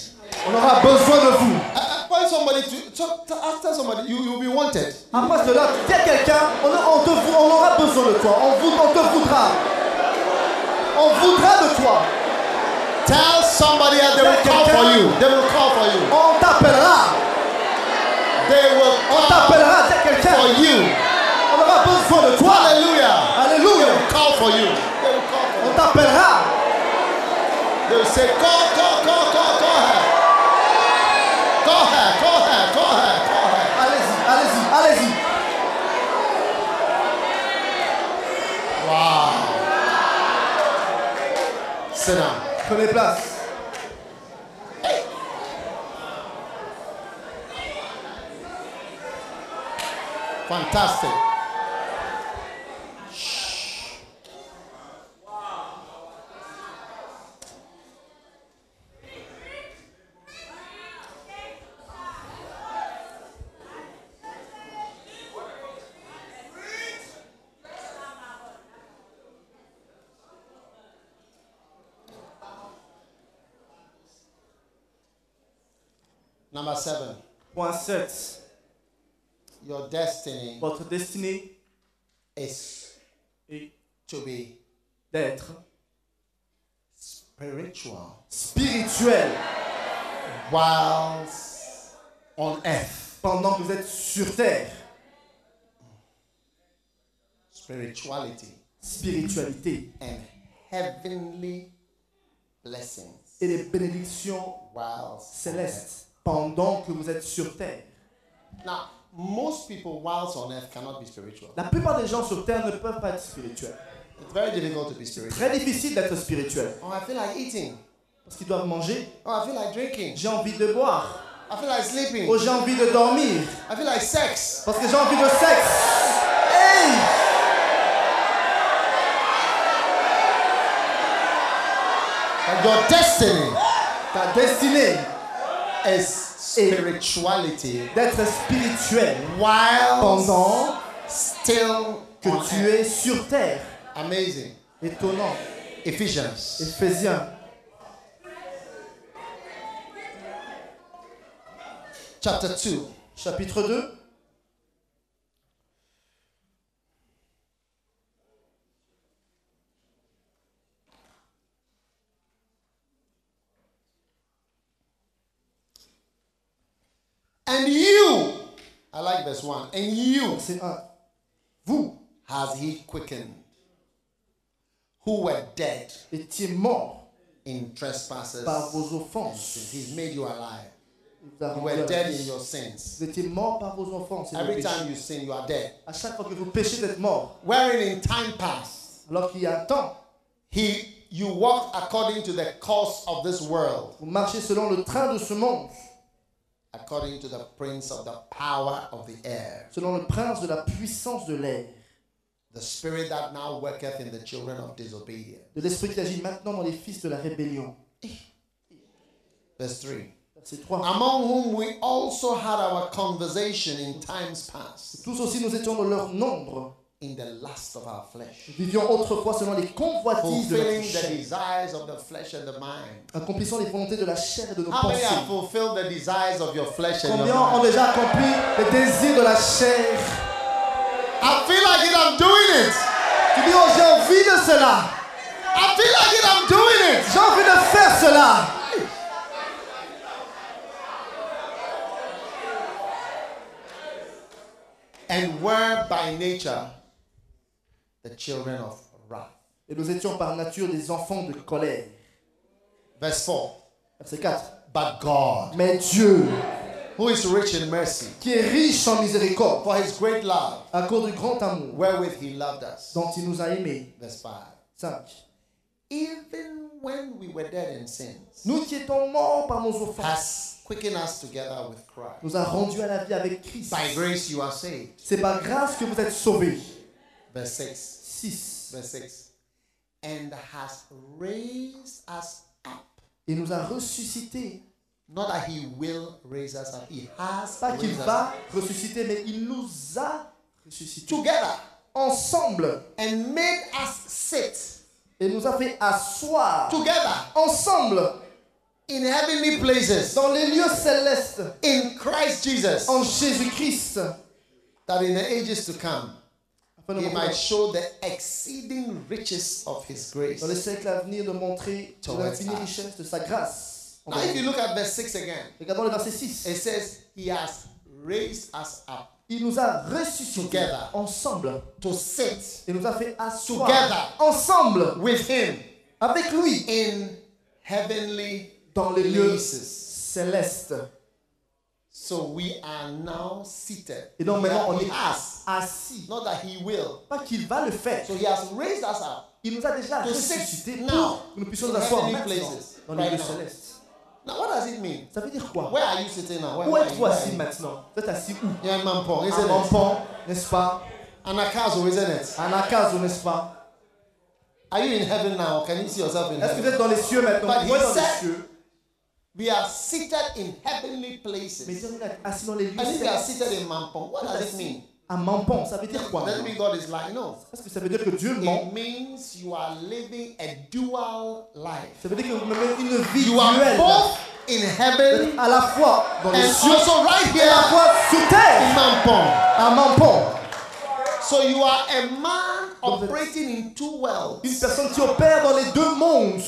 On aura besoin de vous. I, I find somebody to, to, to ask somebody, you, you'll be wanted. Après cela, il y a quelqu'un, on, on te vou- on aura besoin de toi. On, vou- on te voudra. On voudra de toi. Tell somebody and they will Tell call for them. you. They will call for you. On t'appellera. They will On call t'appellera. Il y a quelqu'un. for you. Oh On aura besoin de toi. Hallelujah. They Alléluia. will call for you. They will call for On Oh, you. t'appellera. They will say, call, call, call, call, call her. Call her, call her, call her, call her. Allez-y, allez-y, allez-y. Wow. Sit down. Prenez place. Fantastic. Number seven, Point 7. your destiny Eh. Votre destinée is est to be d'être spiritual spirituel whilst on earth. pendant que vous êtes sur terre. Spirituality Spiritualité and heavenly blessings et les bénédictions whilst on earth. célestes pendant que vous êtes sur terre. Now, most people whilst on earth cannot be spiritual. La plupart des gens sur terre ne peuvent pas être spirituels. It's very difficult to be spiritual. Très difficile d'être spirituel Oh, I feel like eating. parce qu'ils doivent manger. Oh, I feel like drinking. J'ai envie de boire. I feel like sleeping. Oh, j'ai envie de dormir I feel like sex. parce que j'ai envie de sexe. Hey! But your destiny Ta destinée is spirituality d'être spirituel while pendant still on que tu earth. es sur terre. Amazing. Étonnant. Ephesians Éphésiens chapter 2, chapitre 2. And you, I like verse 1. And you, C'est un. vous, has he quickened, who were dead Étiez mort in trespasses. par vos and offenses. sins. He's made you alive. Il vous a You rendu were à la dead vie. in your sins. Vous étiez mort par vos offenses. et vos Every péchés. time you sin, you are dead. À chaque fois que vous péchez d'être mort, Wherein in time past, alors qu'il y a un temps, he you walked according to the course of this world, vous marchez selon le train de ce monde, according to the prince of the power of the air, selon le prince de la puissance de l'air, the spirit that now worketh in the children of disobedience. de l'esprit qui agit maintenant dans les fils de la rébellion. Verse 3. Verset 3. Among whom we also had our conversation in times past, Tous aussi nous étions dans leur nombre. in the lust of our flesh, Nous vivions autrefois selon les convoitises de fulfilling notre the chair, desires of the flesh and the mind. accomplissant les volontés de la chair et de nos How many have pensées. fulfilled the desires of your flesh and your Combien ont mind? déjà accompli les désirs de la chair I feel like it, I'm doing it. Tu dis, oh, j'ai envie de cela. I feel like it, I'm doing it. J'ai envie de faire cela. And were by nature the children of wrath. Et nous étions par nature des enfants de colère. Verse 4. Verset 4. But God, Mais Dieu, who is rich in mercy, qui est riche en miséricorde, for his great love, à cause du grand amour wherewith he loved us. dont il nous a aimés. Verse 5. 5. Even when we were dead in sins, Nous qui étions morts par nos offenses, has quickened us together with Christ. nous a rendus à la vie avec Christ. By grace you are saved. C'est par grâce que vous êtes sauvés. Verse 6. 6. verse 6 and has raised us up Il nous a ressuscités. not that he will raise us up he has Pas qu'il raised us up va ressusciter, mais il nous a ressuscités. together Ensemble. and made us sit Et nous a fait asseoir. together Ensemble. in heavenly places Dans les lieux célestes. in Christ Jesus En Jésus-Christ. that in the ages to come Afin de he montrer- might show the exceeding riches of his grace dans les siècles à venir de montrer de Towards l'infinie us. richesse de sa grâce. now if you look at verse 6 again Regardons le verset 6. it says he has raised us up Il nous a ressuscités Together. ensemble. to sit Il nous a fait asseoir Together. ensemble with him avec lui in heavenly dans les lieux places célestes. So we are now seated. Et donc maintenant on he est has. assis. Not that he will. Pas qu'il va le faire. So he has raised us up. Il nous a déjà To sit ressuscités now pour que nous puissions in nous asseoir heavenly maintenant places, dans les right lieux now. célestes. Now what does it mean? Ça veut dire quoi Where are you sitting now? Where, Où where are êtes-vous assis you? Where are maintenant Vous êtes assis où you? You're in Mampong, À isn't it? Mampon, n'est-ce pas Anakazo, isn't it? À Nakazo, n'est-ce pas Are you in heaven now? Can you see yourself in Est-ce que vous êtes heaven? dans les cieux maintenant But Vous he voyez dans les said- cieux. We are seated in heavenly Mais places. dire, on est assis dans les lieux And if you are célestes. seated in Mampong, what does it mean? à menton. Ça veut dire quoi Doesn't mean God is lying. No. Est-ce que ça veut dire que Dieu ment It means you are living a dual life. Ça veut dire que vous menez une vie You are duelle. both in heaven à la fois dans les and cieux also right et à la here fois sur in terre Ah, Mampong. à menton. So you are a man operating in two worlds. Une personne qui opère dans les deux mondes.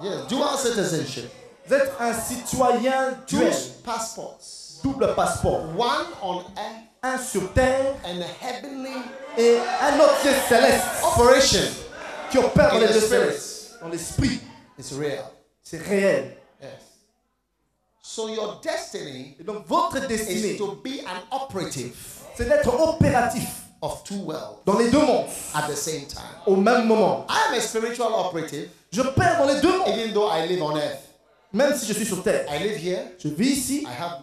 Yes, dual citizenship. Vous êtes un citoyen Two duel. passports. Double passeport. One on earth Un sur terre and a heavenly et un autre qui est céleste. operation. Qui opère dans In les the deux spirit. célestes. Dans l'esprit. It's real. C'est réel. Yes. So your destiny Et donc votre is destinée, to be an operative c'est d'être opératif of two worlds dans les deux mondes at the same time. au même moment. I am a spiritual operative, Je perds dans les deux mondes. even though I live on earth. Même si je suis sur terre. I live here. Je vis ici. I have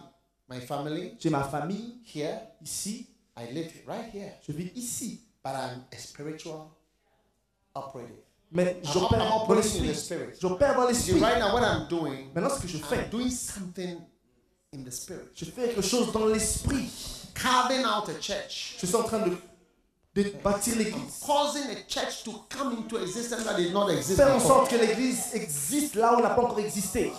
my family J'ai ma famille here. ici. I live right here. Je vis ici. But I'm a spiritual operative. Mais I'm j'opère dans operating in l'esprit. the spirit. J'opère dans See, l'esprit. right Ah. now, what I'm doing, Maintenant, ce que je fais, I'm doing something in the spirit. je fais quelque chose dans l'esprit. Carving out a church. Je suis en train de, de bâtir l'église. Causing a church to come into existence that did not exist Faire en before. sorte que l'église existe là où elle n'a pas encore existé.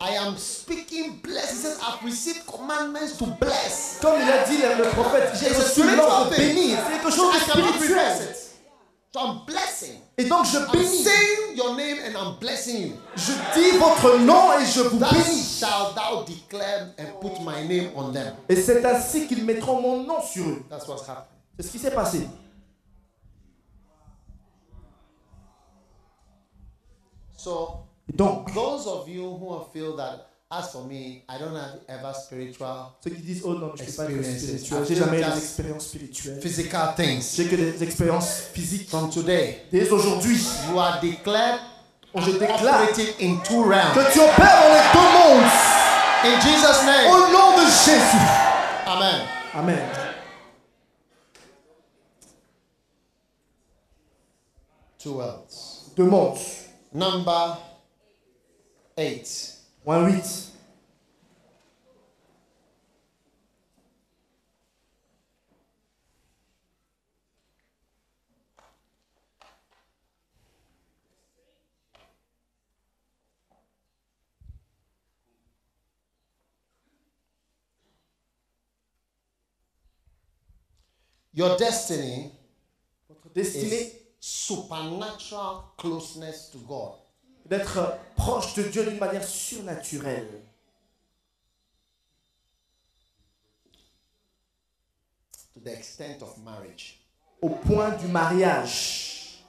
I am speaking blessings. I've received commandments to bless. Comme il a dit le, le prophète, j'ai It's a reçu l'ordre de spiritual thing. bénir. C'est quelque chose de I cannot reverse spirituel. it. So I'm blessing. Et donc je I'm bénis. saying your name and I'm blessing you. Je dis votre nom et je vous bénis. Thus shalt thou declare and put my name on them. Et c'est ainsi qu'ils mettront mon nom sur eux. That's what's happening. C'est ce qui s'est passé. So Et donc, those of you who feel that as for me, I don't have ever spiritual ceux qui disent Oh non, je ne suis pas Experiences. spirituel, j'ai jamais eu des expériences spirituelles. physical things. J'ai que des expériences physiques. From today, Dès aujourd'hui, you are declared Je and déclare operating in two realms. que tu opères dans les deux mondes. In Jesus' Au name. nom de Jésus. Amen. Amen. Two worlds. Deux mondes. Number eight. Point 8. Your destiny Votre is destinée supernatural closeness to God. est d'être proche de Dieu d'une manière surnaturelle. to the extent of marriage. Au point du mariage.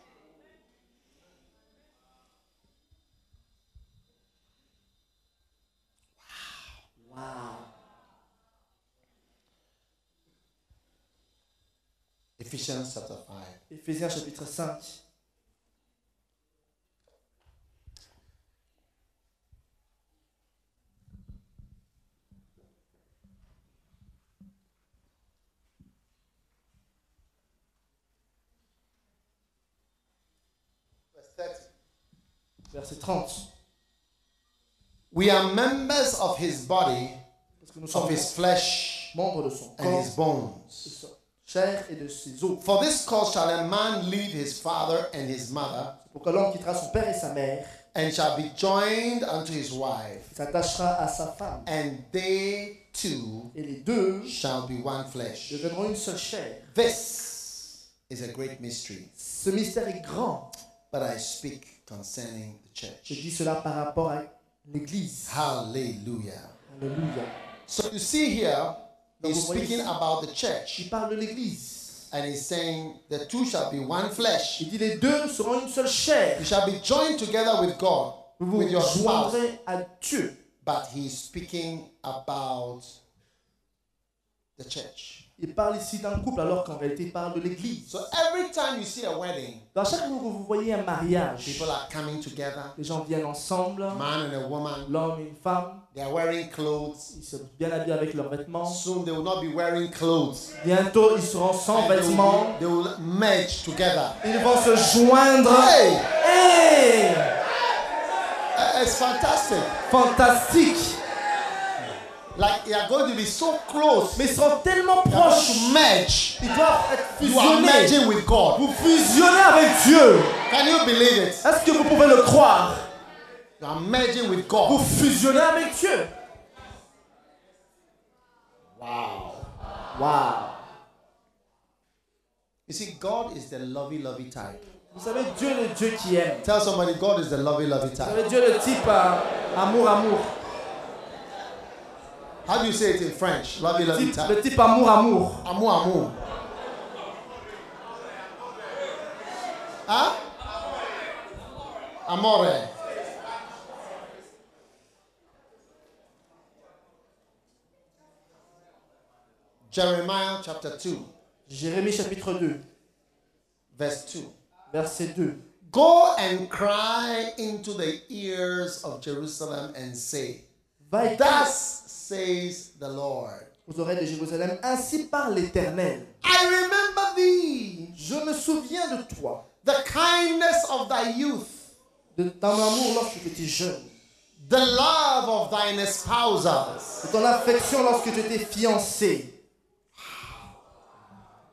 Ephesians chapter 5. Éphésiens chapitre 5. Verse 30. Verset 30. We are members of his body, Parce que nous of sommes his flesh, membres de son and corps, his bones. de sa chair et de ses os. For this cause shall a man leave his father and his mother, Pour que l'homme quittera son père et sa mère, and shall be joined unto his wife, il s'attachera à sa femme. and they two Et les deux shall be one flesh. deviendront une seule chair. This is a great mystery, Ce mystère est grand. but I speak concerning the Je church. dis cela par rapport à l'Église. Hallelujah. Alléluia. So you see here, he's vous voyez speaking ici. about the church. Il parle de l'Église. And he's saying, the two shall be one flesh. Il dit les deux seront une seule chair. You shall be joined together with God, Vous vous with your spouse. joindrez à Dieu. But he's speaking about the church. Il parle ici d'un couple alors qu'en réalité il parle de l'Église. So every time you see a wedding, Dans chaque fois que vous voyez un mariage, people are coming together, les gens viennent ensemble, a man and a woman. l'homme et une femme, They are wearing clothes. ils sont bien habillés avec leurs vêtements. Soon they will not be wearing clothes. Bientôt ils seront sans And they, will, vêtements. be- they will merge together. Ils vont se joindre. Hey! Hey! Uh, It's fantastic. Fantastique! Like you are going to be so close. mais ils seront tellement You are going proches. to merge. Ils doivent être You are fusionnés. merging with God. Vous fusionnez avec Dieu. Can you believe it? Est-ce que vous pouvez le croire You are merging with Vous God. fusionnez avec Dieu. Wow. Wow. You see, God is the lovey lovey type. Vous savez, Dieu est le Dieu qui aime. Tell somebody God is the lovey lovey Vous type. savez, Dieu est le type euh, amour, amour. How do you say it in French? Lovey lovey Type- le type. type amour, amour. Amour, amour. Hein? Amore. Jeremiah chapter 2, Jérémie chapitre 2, verse 2. verset 2. Go and cry into the ears of Jerusalem and say, Va et Thus says the Lord. aux oreilles de Jérusalem, ainsi par l'Éternel. I remember thee, Je me souviens de toi, the kindness of thy youth, de ton amour lorsque tu étais jeune, the love of thine espousals, de ton affection lorsque tu étais fiancé,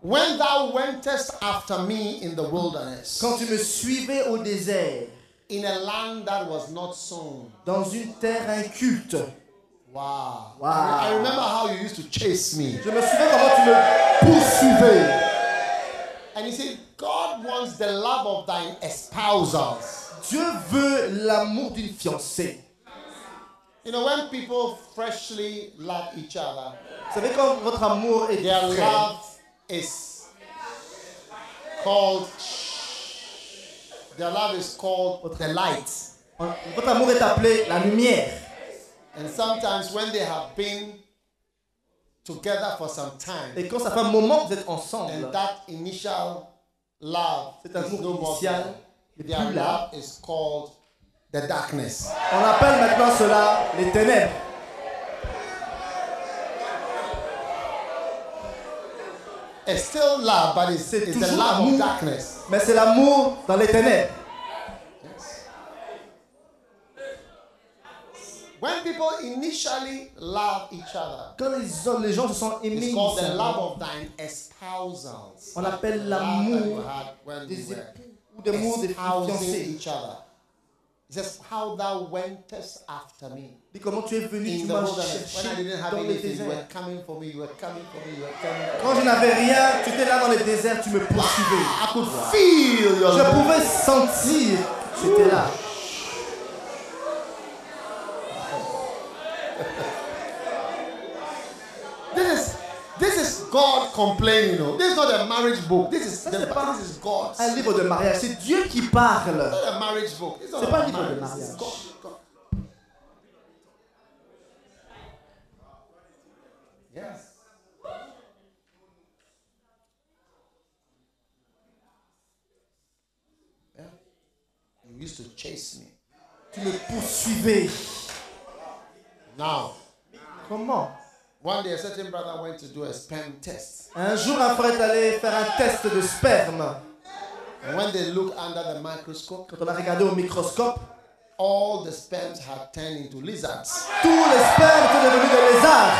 when thou wentest after me in the wilderness, quand tu me suivais au désert, in a land that was not sown. dans une terre inculte. Wow. Wow. I I remember how you used to chase me. Je me souviens comment tu me poursuivais. And you see, God wants the love of thine espousals. Dieu veut l'amour d'une fiancée. You know, when people freshly love each other, Vous savez, quand votre amour est their frais, love is called their love is called the light. on- votre amour est appelé la lumière. And sometimes when they have been together for some time, Et quand ça fait un moment que vous êtes ensemble, and that initial love Cet is amour no more initial there, n'est their plus là. love is called the darkness. on appelle maintenant cela les ténèbres. It's still love, but it's, C'est it's the toujours love of l'amour. darkness. Mais c'est l'amour dans les ténèbres. When people initially love each other, Quand les, hommes- les gens se sont aimés, it's ils called the s'aiment. love of thine espousals. on appelle The love that you l'amour had when you des were époux ou de l'amour des espousing fiancés. each other. It says, How thou wentest after me. Dis comment tu es venu, tu in the m'as wilderness. When I cherché didn't have dans les anything, you were déserts. coming for me, you were coming for me, you were coming for Quand me. je n'avais rien, tu étais là dans les déserts, tu me I poursuivais. could feel your Je love. pouvais sentir que tu étais là. This is this is God complaining. oh. This is not a marriage book. This is Ça, the, c'est pas- this is God. Un livre de mariage, c'est Dieu qui parle. It's not a marriage book. It's not C'est a pas un marriage. livre de This is mariage. God. God. Yes. Yeah. You used to chase me. Tu me poursuivais. Now, Comment One day, a certain brother went to do a sperm test. Un jour, un frère est allé faire un test de sperme. And when they looked under the microscope, Quand on a regardé au microscope, all the sperms had turned into lizards. tous les spermes étaient devenus des lézards.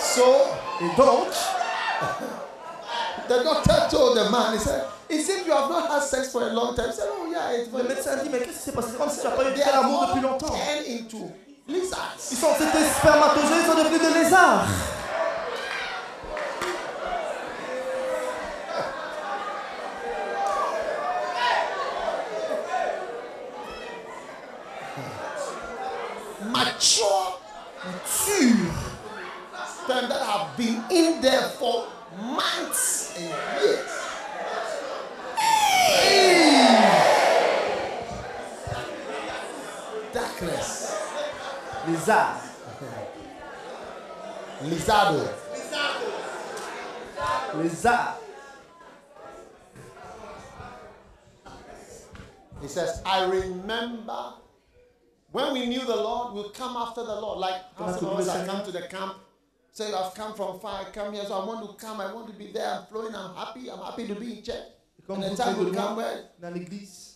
So Et donc, the doctor told the man, he said, It seems you have not had sex for a long time. He said, Oh, yeah, it's le very médecin a dit, mais qu'est-ce qui s'est passé C'est comme si tu n'as pas eu They de are l'amour depuis all longtemps. turned into Ils lizards. sont, c'était spermatozoïdes, ils sont devenus des lézards. Mature mature sperm that have been in there for months and years. Darkness. Lézards. Lizardo. Lézards. He says, I remember when we knew the Lord, we'll come after the Lord. Like Come after after us, I the come to the camp. Say, I've come from far, I come here, so I want to come, I want to be there, I'm flowing, I'm happy, I'm happy to be in church. Comme and the vous time faites de will come moi where dans l'église,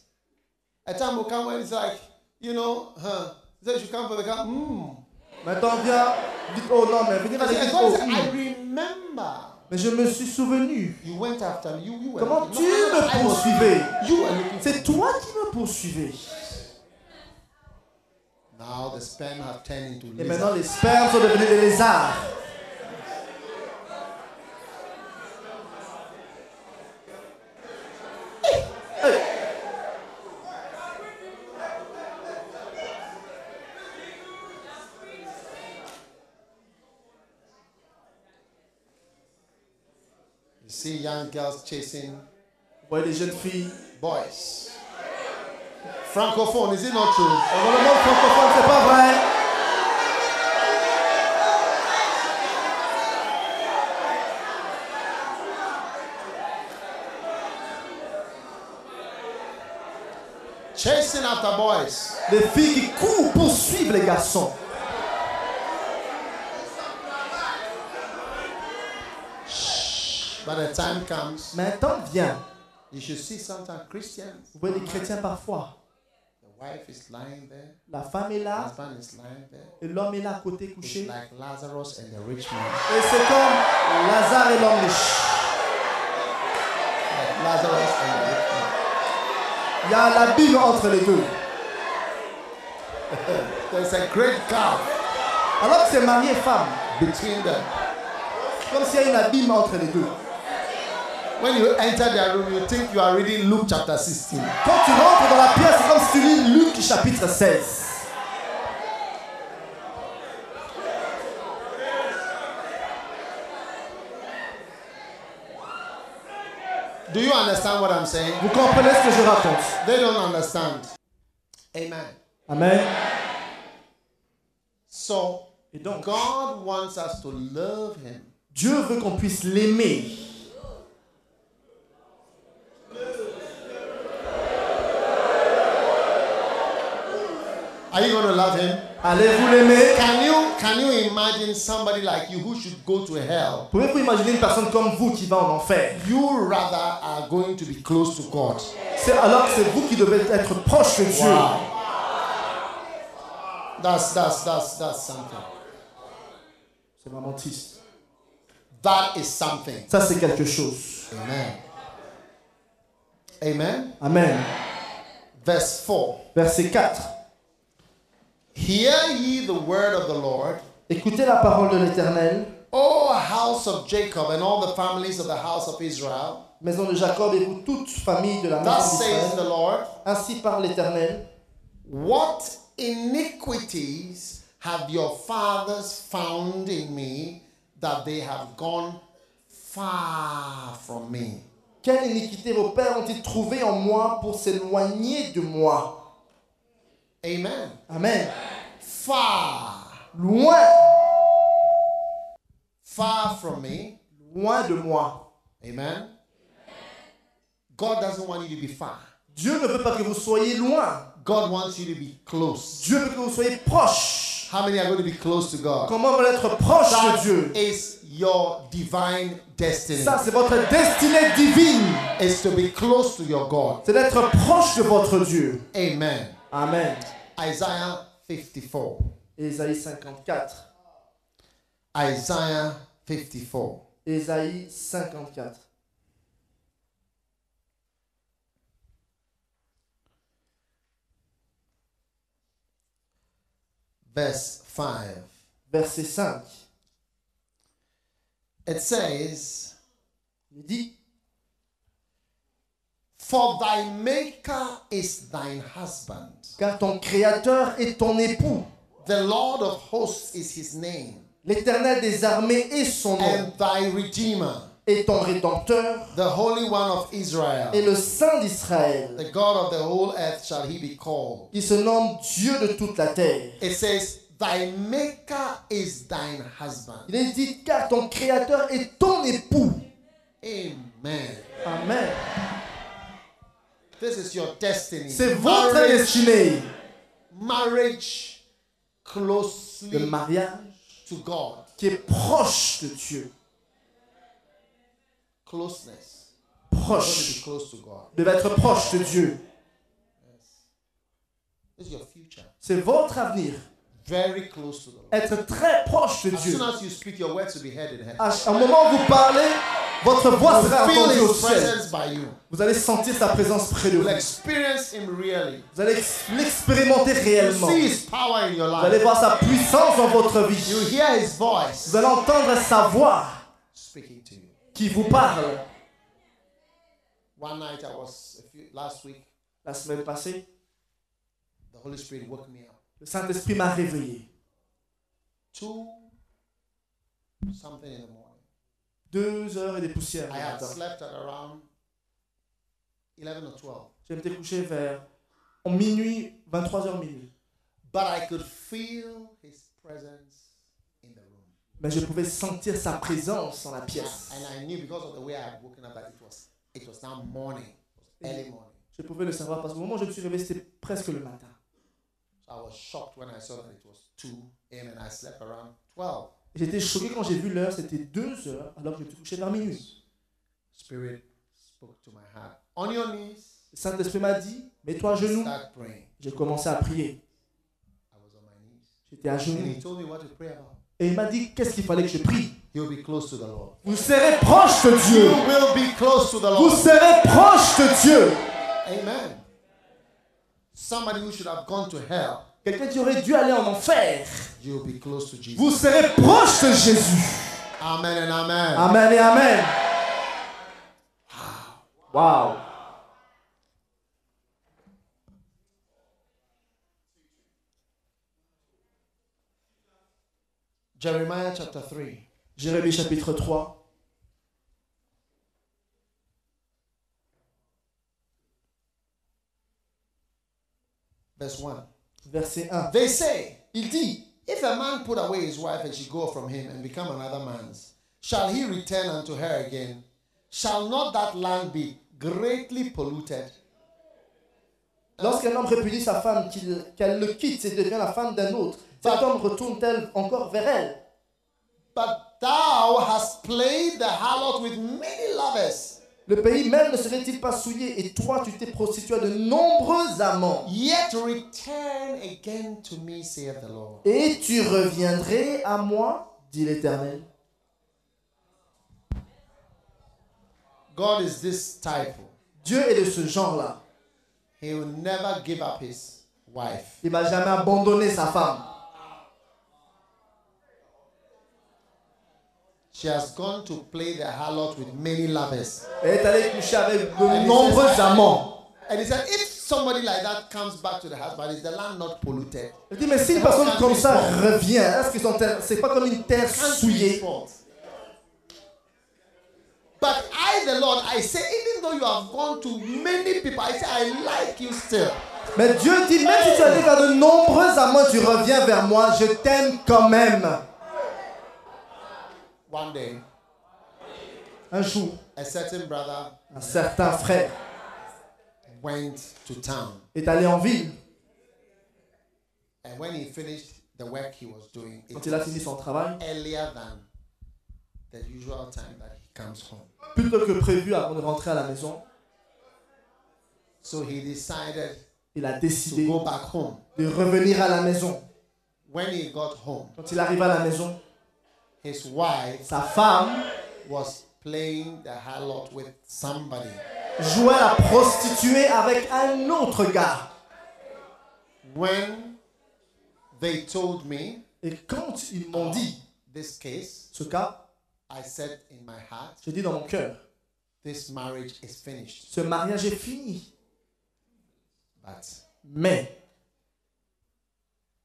a time will come where it's like, you know, huh? He said, you come from the car. Hmm. Maintenant, viens, dites oh non, mais venez I avec said, dites oh. I hmm. remember. Mais je me suis souvenu. You went after me. You, you were Comment tu looking- No, no, no, me I was- poursuivais You were looking. C'est toi qui me poursuivais. Now the sperm have turned into Et lizard. maintenant, les spermes sont devenus des lézards. You see young girls chasing Vous voyez les jeunes filles. boys. Francophone, is it not true? Dans le monde francophone, c'est pas vrai. Chasing after boys. Les filles qui courent poursuivent les garçons. But the time comes, Mais un temps vient. you should see sometimes Christians. Vous voyez les chrétiens parfois. The wife is lying there, La femme est the là husband is lying there. et l'homme est là à côté couché. It's Et like Lazarus and the rich man. c'est comme Lazare et l'homme riche. Like Lazarus and the rich man. Il y a l'abîme entre les deux. There's a great gap Alors que c'est marié et femme, between them. comme s'il y a une abîme entre les deux. When you enter their room, you think you are reading Luke chapter 16. Quand tu rentres dans la pièce, c'est comme si tu lis Luc chapitre 16. Do you understand what I'm saying? Vous comprenez ce que je raconte They don't understand. Amen. Amen. So, Et donc, God wants us to love Him. Dieu veut qu'on puisse l'aimer. Are you going to love Him? Allez-vous l'aimer Can you can you imagine somebody like you who should go to hell? Pouvez-vous imaginer une personne comme vous qui va en enfer You rather are going to be close to God. C'est alors que c'est vous qui devez être proche de Dieu. Wow. That's that's that's that's something. C'est vraiment triste. That is something. Ça, c'est quelque chose. Amen. Amen. Amen. Verse 4. Verset 4. Hear ye the word of the Lord, Écoutez la parole de l'Éternel, O house of Jacob and all the families of the house of Israel. maison de Jacob et vous toute famille de la Thus maison says the d'Israël. Lord, Ainsi parle l'Éternel. What iniquities have your fathers found in me that they have gone far from me? Quelle iniquité vos pères ont-ils trouvé en moi pour s'éloigner de moi Amen. Amen. Far, Loin, far from me. loin de moi. Amen. God doesn't want you to be far. Dieu ne veut pas que vous soyez loin. God wants you to be close. Dieu veut que vous soyez proche. How many are going to be close to God? Comment veut être proche de That Dieu is your divine destiny. Ça, c'est votre destinée divine. Is to be close to your God. C'est d'être proche de votre Dieu. Amen. Amen. Isaiah 54. Ésaïe 54. Isaiah 54. Ésaïe 54. verse 5. Verset 5. It says, Il dit For thy maker is thine husband, Car ton Créateur est ton époux. the Lord of hosts is his name, L'Éternel des armées est son nom. and thy Redeemer, Et ton Rédempteur the Holy One of Israel. est le Saint d'Israël. The God of the whole earth shall he be called. qui se nomme Dieu de toute la terre. It says, Thy maker is thine husband. Il est dit Car ton Créateur est ton époux. Amen. Amen. This is your destiny. C'est votre Marriage- destinée. Marriage closely Le mariage to God. qui est proche de Dieu. Closeness. You want to be Proche. close to God. Vous devez être proche de Dieu. This is your future. C'est votre avenir. Very close to the Lord. Être très proche de As Dieu. soon as you speak, your words will be heard in heaven. À ch- un moment où vous parlez, votre voix sera Feel entendue au His ciel. presence by you. Vous allez sentir sa présence près de vous. You'll experience Him really. Vous allez ex- l'expérimenter You'll réellement. see Vous His power in your allez life. voir sa puissance dans votre You'll vie. hear His voice Vous allez entendre sa voix speaking to you. qui vous parle. One night I was a few, last week. La semaine passée, The Holy Spirit woke me up. le Saint-Esprit m'a réveillé. Two something in the morning. Deux heures et des poussières. I le had matin. slept at around eleven or twelve, J'ai été couché vers en minuit, 23h minuit. but I could feel His presence in the room. Mais je pouvais sentir sa présence dans la pièce. And I knew because of the way I had woken up that it was it was now morning, it was early Mm. morning. Je pouvais le savoir parce que au moment où je me suis réveillé, c'était presque le matin. So I was shocked when I saw that it was two a.m. and I slept around twelve. J'étais choqué quand j'ai vu l'heure, c'était 2 heures, alors que je me suis couché vers minuit. Spirit spoke to my heart. On your knees, Le Saint-Esprit m'a dit, mets-toi à genoux. start praying. J'ai commencé à prier. I was on my knees, J'étais à and genoux. He told me what to pray about. Et il m'a dit, qu'est-ce qu'il fallait que je prie You'll be close to the Lord. Vous serez proche de You Dieu. will be close to the Vous Lord. serez proche de Dieu. Amen. Somebody who should have gone to hell, Quelqu'un qui aurait dû aller en enfer. you'll be close to Jesus. Vous serez proche de Jésus. Amen and amen. Amen et Amen. Wow. Jeremiah chapter 3. Jérémie chapitre 3. Verse 1. Verset 1. They say, Il dit, if a man put away his wife and she go from him and become another man's, shall he return unto her again? Shall not that land be greatly polluted? Lorsqu'un homme répudie sa femme, qu'il- qu'elle le quitte et devient la femme d'un autre, cet homme retourne-t-elle encore vers elle But thou hast played the harlot with many lovers, Le pays même ne serait-il pas souillé et toi tu t'es prostitué à de nombreux amants yet return again to me, saith the Lord. Et tu reviendrais à moi, dit l'Éternel. God is this type. Dieu est de ce genre-là. He will never give up his wife. Il m'a jamais abandonné sa femme. She has gone to play the harlot with many lovers. Elle est allée coucher avec de And he nombreux says- amants. And he said, if somebody like that comes back to the husband, is the land not polluted? Elle dit, mais si une personne comme ça revient, est-ce que son terre- c'est pas comme une terre Can't be his souillée fault. But I, the Lord, I say, even though you have gone to many people, I say, I like you still. Mais Dieu dit, même si tu allais vers de nombreux amants, tu reviens vers moi, je t'aime quand même. One day, Un jour, a certain brother un certain frère went to town. est allé en ville. And when he finished the work he was doing, it Quand il a fini was son travail, earlier than the usual time that he comes home. plus tôt que prévu avant de rentrer à la maison, So he decided il a to décidé go back home. de revenir à la maison. When he got home, Quand il arrive à la maison, his wife sa femme was playing the harlot with somebody. jouait à la prostituée avec un autre gars. When they told me Et quand ils m'ont dit this case, ce cas, I said in my heart, j'ai dit dans mon cœur, this marriage is finished. ce mariage est fini. But Mais,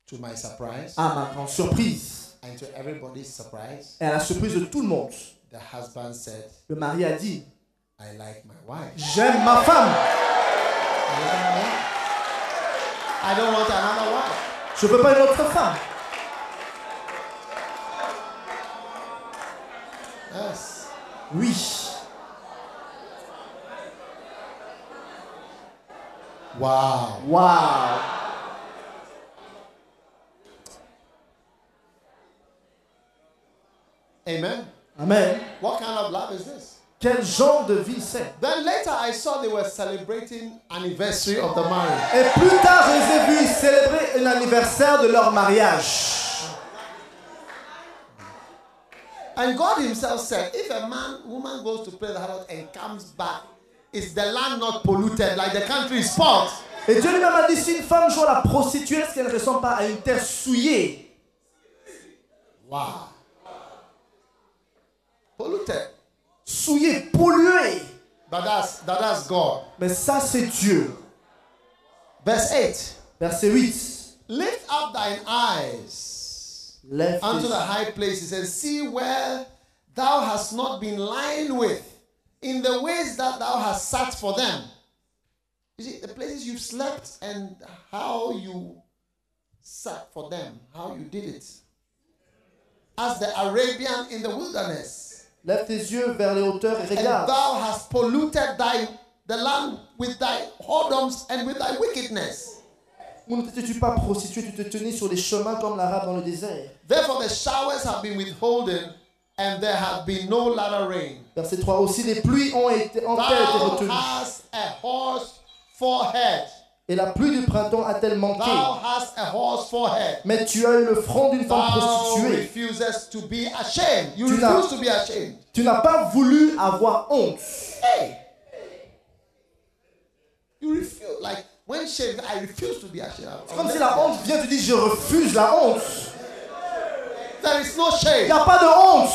to my surprise à ma grande surprise, and to everybody's surprise, et à la surprise de tout le monde, the husband said, le mari a dit, I like my wife. j'aime ma femme, I don't want another wife. je veux pas une autre femme. Yes. Oui. Wow. Waouh. Amen. Amen. What kind of love is this? Quel genre de vie c'est Then later I saw they were celebrating anniversary of the marriage. Et plus tard, je les ai vus célébrer un anniversaire de leur mariage. And God himself said, if a man, woman goes to play the harlot and comes back, is the land not polluted like the country is spoiled? Et Dieu lui-même a dit si une femme joue à la prostituée, est-ce qu'elle ne ressemble pas à une terre souillée Wow. Polluted. Souillée, polluée But that's, that, that's God. Mais ça, c'est Dieu. Verse 8. Verset 8. Lift up thine eyes Lève tes unto the high places and see where thou hast not been lying with in the ways that thou hast sat for them. You see, the places you've slept and how you sat for them, how you did it. As the Arabian in the wilderness, Lève tes yeux vers les hauteurs et and regarde. thou hast polluted thy the land with thy whoredoms and with thy wickedness. Où ne t'étais-tu pas prostituée Tu te tenais sur les chemins comme l'arabe dans le désert. Therefore, the showers have been withholden, and there have been no latter rain. Verset 3. Aussi, les pluies ont été, ont elles été Thou retenues. hast a horse forehead. Et la pluie du printemps a-t-elle manqué Thou hast a horse forehead. Mais tu as eu le front d'une femme Thou prostituée. refuses to be ashamed. You Tu n'as- refuse to be ashamed. Tu n'as pas voulu avoir honte. Hey! You refuse. Like, when shame, I refuse to be ashamed. C'est comme si la honte vient, tu dis je refuse la honte. There is no Il shame. n'y a pas de honte.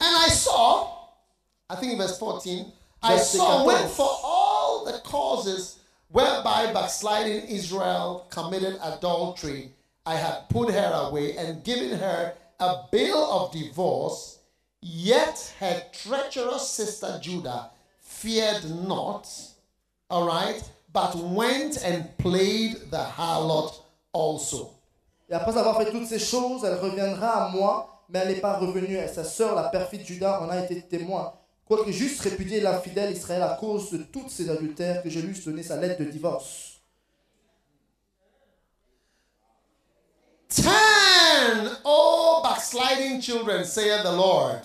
And I saw, I think verse 14, I Verset saw 14. when for all the causes whereby backsliding Israel committed adultery, I had put her away and given her a bill of divorce, yet her treacherous sister Judah feared not, all right, but went and played the harlot also. Et après avoir fait toutes ces choses, elle reviendra à moi, mais elle n'est pas revenue. Et sa sœur, la perfide Judas, en a été témoin. Quoique juste répudiée l'infidèle Israël à cause de toutes ses adultères que je lui ai donné sa lettre de divorce. Turn, O backsliding children, saith the Lord.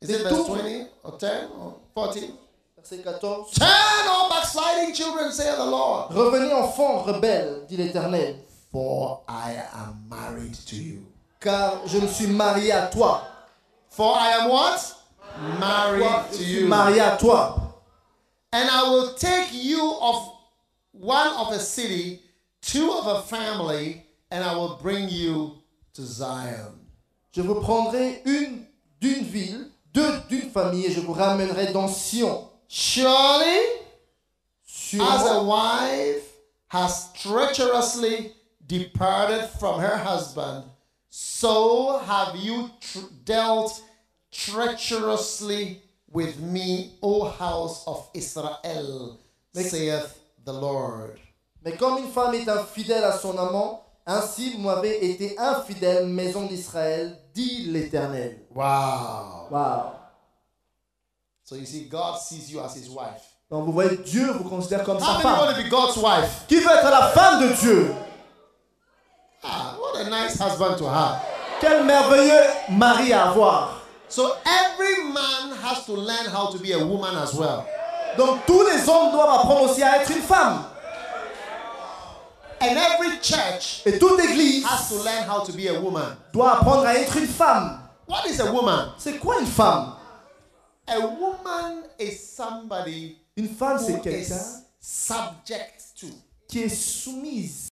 Is it verse 20 or 10 or 14? Turn, Verset 14. O backsliding children, saith the Lord. Revenez enfants rebelles, dit l'Éternel, For I am married to you. car je me suis marié à toi. For I am what? Married Je to suis you. marié à toi. And I will take you of one of a city, two of a family, and I will bring you to Zion. Je vous prendrai une d'une ville, deux d'une famille, et je vous ramènerai dans Sion. Surely as a Sûrement, wife has treacherously departed from her husband, so have you tr- dealt treacherously with me, O house of Israel, saith the Lord. mais comme une femme est infidèle à son amant, ainsi vous m'avez été infidèle, maison d'Israël, dit l'Éternel. Wow. Waouh. So you see, God sees you as his wife. Donc vous voyez, Dieu vous considère comme sa How many femme. want to be God's wife? Qui veut être la femme de Dieu Ah, what a nice husband to have. Quel merveilleux mari à avoir. So every man has to learn how to be a woman as well. Donc tous les hommes doivent apprendre aussi à être une femme. And every church Et toute église has to learn how to be a woman. doit apprendre à être une femme. What is a woman? C'est quoi une femme A woman is somebody Une femme, who c'est quelqu'un is subject to. qui est soumise.